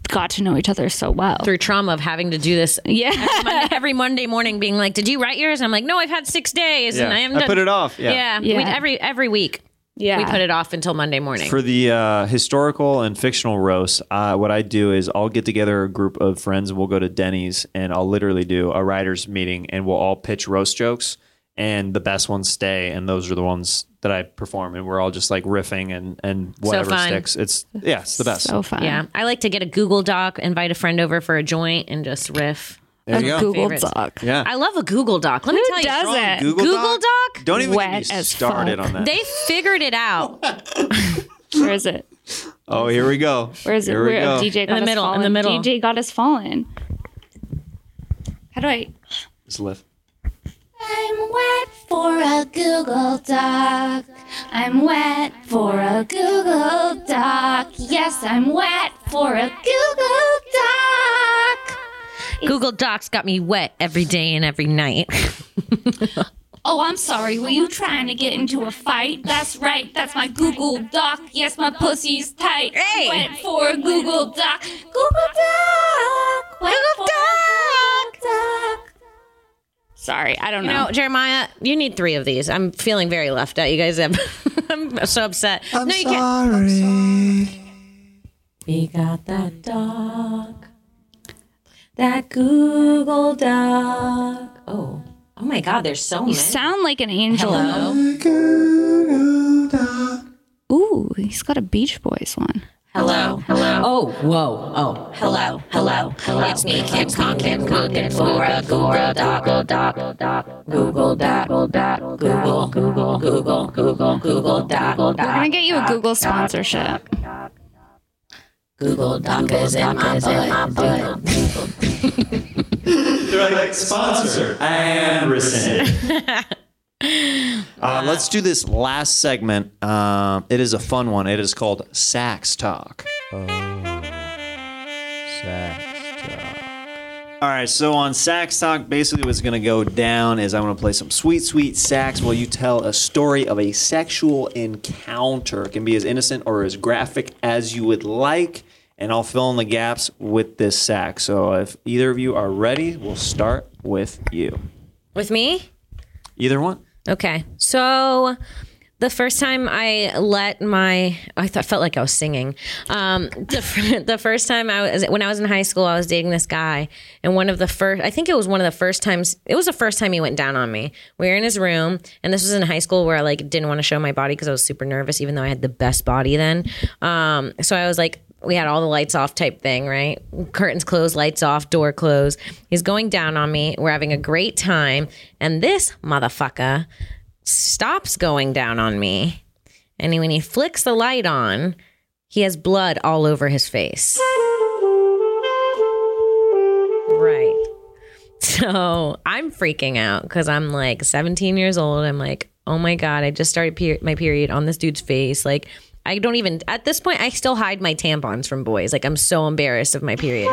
Speaker 2: got to know each other so well.
Speaker 3: Through trauma of having to do this
Speaker 2: yeah.
Speaker 3: every, Monday, every Monday morning being like, "Did you write yours?" And I'm like, "No, I've had six days, and
Speaker 5: Yeah.
Speaker 3: I am
Speaker 5: I
Speaker 3: done."
Speaker 5: put it off, yeah.
Speaker 3: yeah.
Speaker 5: Yeah.
Speaker 3: We, every every week, yeah, we put it off until Monday morning.
Speaker 5: For the uh, historical and fictional roasts, uh, what I do is I'll get together a group of friends and we'll go to Denny's and I'll literally do a writers meeting and we'll all pitch roast jokes and the best ones stay and those are the ones that I perform and we're all just like riffing and and
Speaker 3: So
Speaker 5: whatever
Speaker 3: fun.
Speaker 5: sticks. It's yeah, it's the best.
Speaker 3: Yeah, I like to get a Google Doc, invite a friend over for a joint, and just riff.
Speaker 5: There
Speaker 3: That's
Speaker 5: you go.
Speaker 3: my
Speaker 5: Google
Speaker 3: favorite.
Speaker 5: Doc. Yeah.
Speaker 3: I love a Google Doc. Let me
Speaker 2: Who
Speaker 3: tell you,
Speaker 2: does Strong it?
Speaker 5: Google
Speaker 3: Google,
Speaker 5: Doc?
Speaker 3: Doc?
Speaker 5: Don't even get me Wet as started fuck. on that.
Speaker 3: They figured it out.
Speaker 2: Where is it?
Speaker 5: Oh, here we go.
Speaker 2: Where is it?
Speaker 5: Here we
Speaker 2: Where oh,
Speaker 5: go.
Speaker 2: DJ got us fallen. DJ got us fallen. How do I?
Speaker 5: It's left.
Speaker 8: I'm wet for a Google Doc. I'm wet for a Google Doc. Yes, I'm wet for a Google Doc.
Speaker 3: Google Docs got me wet every day and every night.
Speaker 8: Oh, I'm sorry. Were you trying to get into a fight? That's right. That's my Google Doc. Yes, my pussy's tight. Hey! Went for a Google Doc. Google Doc. Went Google Doc. Doc.
Speaker 2: Sorry, I don't
Speaker 3: you know, Jeremiah, you need three of these. I'm feeling very left out. You guys have. I'm so upset.
Speaker 15: I'm
Speaker 3: no, you
Speaker 15: sorry.
Speaker 3: We got that doc. That Google Doc. Oh, oh my God! There's so
Speaker 2: You
Speaker 3: many.
Speaker 2: sound like an angel.
Speaker 3: Hello.
Speaker 2: Ooh, he's got a Beach Boys one.
Speaker 3: Hello. Hello. Oh, whoa. Oh, hello. Hello. Hello. It's me, Kim Con, Kim Conkin, for a Google Doc. Google Doc. Google Doc. Google Doc. Google. Google. Google. Google. Google Doc. We're
Speaker 2: We're gonna get you a Google sponsorship.
Speaker 3: Google Doc is in my butt.
Speaker 5: They're like sponsor and rescinded. Uh, let's do this last segment. Um, it is a fun one. It is called Sax Talk. Oh, Sax Talk. All right, so on Sax Talk, basically what's going to go down is I'm going to play some sweet, sweet sax while you tell a story of a sexual encounter. It can be as innocent or as graphic as you would like, and I'll fill in the gaps with this sax. So if either of you are ready, we'll start with you.
Speaker 3: With me?
Speaker 5: Either one.
Speaker 3: Okay. So the first time I let my, I thought, felt like I was singing. Um, the, fir- the first time I was, when I was in high school, I was dating this guy. And one of the first, I think it was one of the first times, it was the first time he went down on me. We were in his room. And this was in high school where I like didn't want to show my body because I was super nervous, even though I had the best body then. Um, so I was like, we had all the lights off type thing, right? Curtains closed, lights off, door closed. He's going down on me. We're having a great time. And this motherfucker stops going down on me. And when he flicks the light on, he has blood all over his face. Right. So I'm freaking out because I'm like 17 years old. I'm like, oh my God, I just started per- my period on this dude's face. Like, I don't even, at this point, I still hide my tampons from boys. Like, I'm so embarrassed of my period.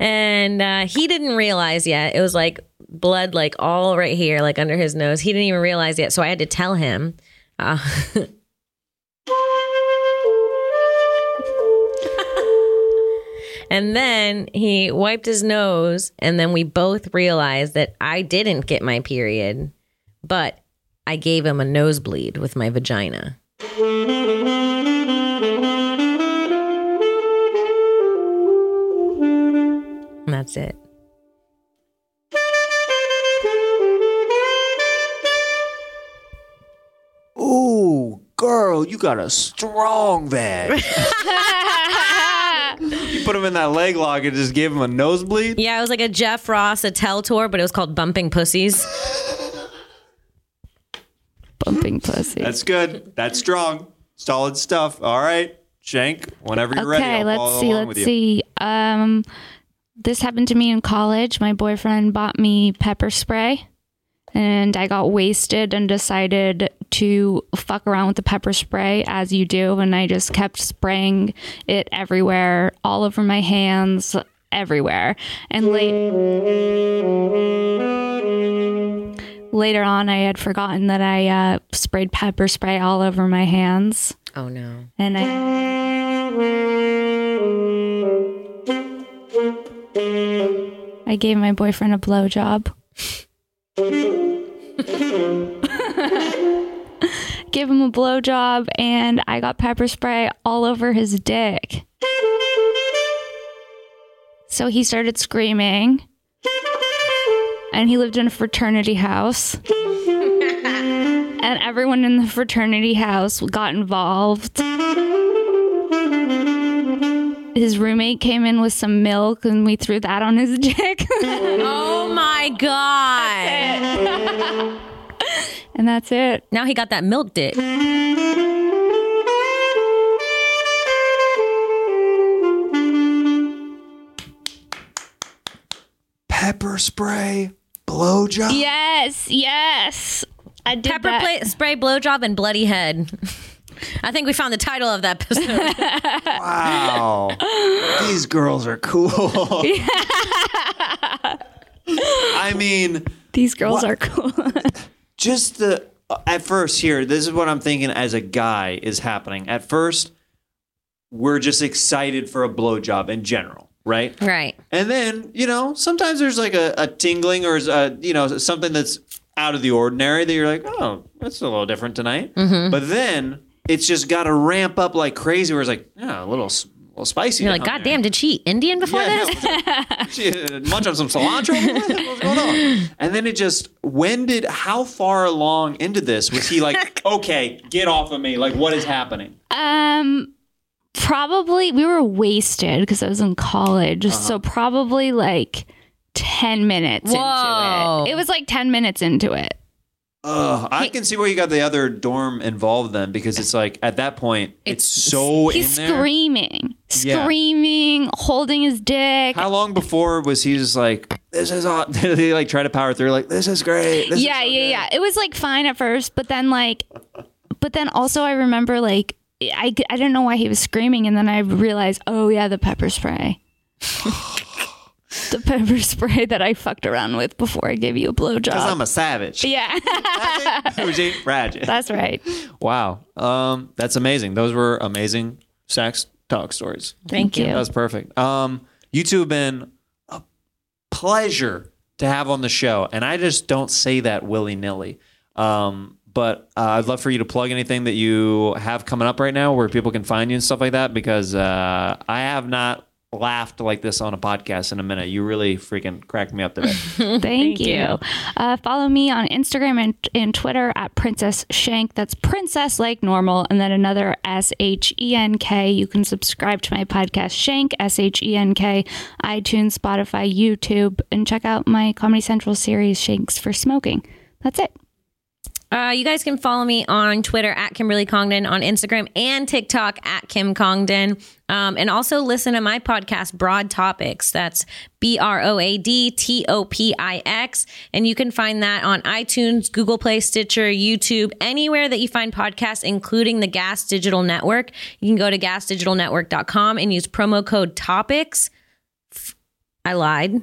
Speaker 3: and uh, he didn't realize yet. It was like blood, like all right here, like under his nose. He didn't even realize yet. So I had to tell him. Uh, and then he wiped his nose. And then we both realized that I didn't get my period, but I gave him a nosebleed with my vagina. And that's it.
Speaker 5: Ooh, girl, you got a strong vag.
Speaker 18: You put him in that leg lock and just give him a nosebleed.
Speaker 3: Yeah, it was like a Jeff Ross, a tell tour, but it was called Bumping Pussies.
Speaker 2: Bumping pussy.
Speaker 11: That's good. That's strong. Solid stuff. All right, Shank. Whenever you're ready,
Speaker 2: okay,
Speaker 11: I'll
Speaker 2: let's
Speaker 11: follow
Speaker 2: see.
Speaker 11: along
Speaker 2: Let's
Speaker 11: with you.
Speaker 2: see. Um, this happened to me in college. My boyfriend bought me pepper spray, and I got wasted and decided to fuck around with the pepper spray as you do. And I just kept spraying it everywhere, all over my hands, everywhere. And late. Later on, I had forgotten that I uh, sprayed pepper spray all over my hands.
Speaker 3: Oh no.
Speaker 2: And I. I gave my boyfriend a blowjob. Give him a blowjob, and I got pepper spray all over his dick. So he started screaming. And he lived in a fraternity house. and everyone in the fraternity house got involved. His roommate came in with some milk and we threw that on his dick.
Speaker 3: Oh my god.
Speaker 2: and that's it.
Speaker 3: Now he got that milk dick.
Speaker 11: Pepper spray, blowjob.
Speaker 2: Yes, yes. I did
Speaker 3: Pepper
Speaker 2: that.
Speaker 3: Play, spray, blowjob, and bloody head. I think we found the title of that episode.
Speaker 5: Wow. These girls are cool.
Speaker 11: I mean,
Speaker 2: these girls
Speaker 11: What?
Speaker 2: are cool.
Speaker 5: just the at first here this is what i'm thinking as a guy is happening at first we're just excited for a blowjob in general right
Speaker 3: right.
Speaker 5: and then you know sometimes there's like a, a tingling or a, you know something that's out of the ordinary that you're like oh that's a little different tonight
Speaker 3: Mhm.
Speaker 5: but then it's just got to ramp up like crazy where it's like yeah a little s- little spicy
Speaker 3: You're like,
Speaker 5: down
Speaker 3: God damn, did she eat Indian before
Speaker 5: Yeah,
Speaker 3: this?
Speaker 5: there. munch on some cilantro and then it just when did how far along into this was he like okay get off of me like what is happening
Speaker 2: Um, probably we were wasted because I was in college,
Speaker 5: Uh-huh.
Speaker 2: so probably like ten minutes
Speaker 3: Whoa.
Speaker 2: into it. It was like ten minutes into it.
Speaker 5: Ugh, i can see where you got the other dorm involved then because it's like at that point it's, so
Speaker 2: He's
Speaker 5: in there
Speaker 2: screaming,
Speaker 5: Yeah.
Speaker 2: screaming, holding his dick.
Speaker 5: how long before was he just like this is all did he like try to power through like this is great this is
Speaker 2: yeah, yeah, yeah. It was like fine at first, but then like, but then also I remember like I I didn't know why he was screaming, and then I realized oh yeah, the pepper spray. the pepper spray that I fucked around with before I gave you a blowjob.
Speaker 5: because i'm a savage
Speaker 2: Yeah.
Speaker 5: who's he Raj.
Speaker 2: That's right.
Speaker 5: Wow. Um, that's amazing. Those were amazing sex talk stories.
Speaker 2: Thank you.
Speaker 5: That's perfect. Um, you two have been a pleasure to have on the show. And I just don't say that willy nilly. Um, but uh, I'd love for you to plug anything that you have coming up right now where people can find you and stuff like that because uh, I have not laughed like this on a podcast in a minute. You really freaking cracked me up today.
Speaker 2: Thank, you.
Speaker 5: you.
Speaker 2: Uh, follow me on Instagram and, and Twitter at Princess Shank. That's Princess like normal, and then another S H E N K. You can subscribe to my podcast Shank S H E N K, iTunes, Spotify, YouTube, and check out my Comedy Central series Shanks for Smoking. That's it.
Speaker 3: Uh, you guys can follow me on Twitter at Kimberly Congdon, on Instagram and TikTok at Kim Congdon. Um, and also listen to my podcast, Broad Topics. That's B R O A D T O P I X. And you can find that on iTunes, Google Play, Stitcher, YouTube, anywhere that you find podcasts, including the Gas Digital Network. You can go to gasdigitalnetwork.com and use promo code TOPICS. F- I lied.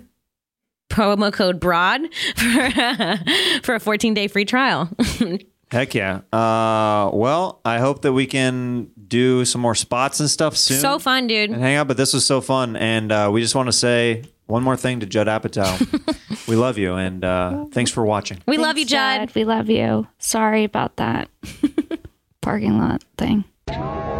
Speaker 3: Promo code BROAD for, for a 14 day free trial.
Speaker 5: Heck yeah. Uh, well, I hope that we can do some more spots and stuff soon.
Speaker 3: So fun, dude.
Speaker 5: and hang out. But this was so fun, and uh, we just want to say one more thing to Judd Apatow. We love you, and uh, thanks for watching.
Speaker 3: We love you,
Speaker 2: Judd. We love you. Sorry about that parking lot thing.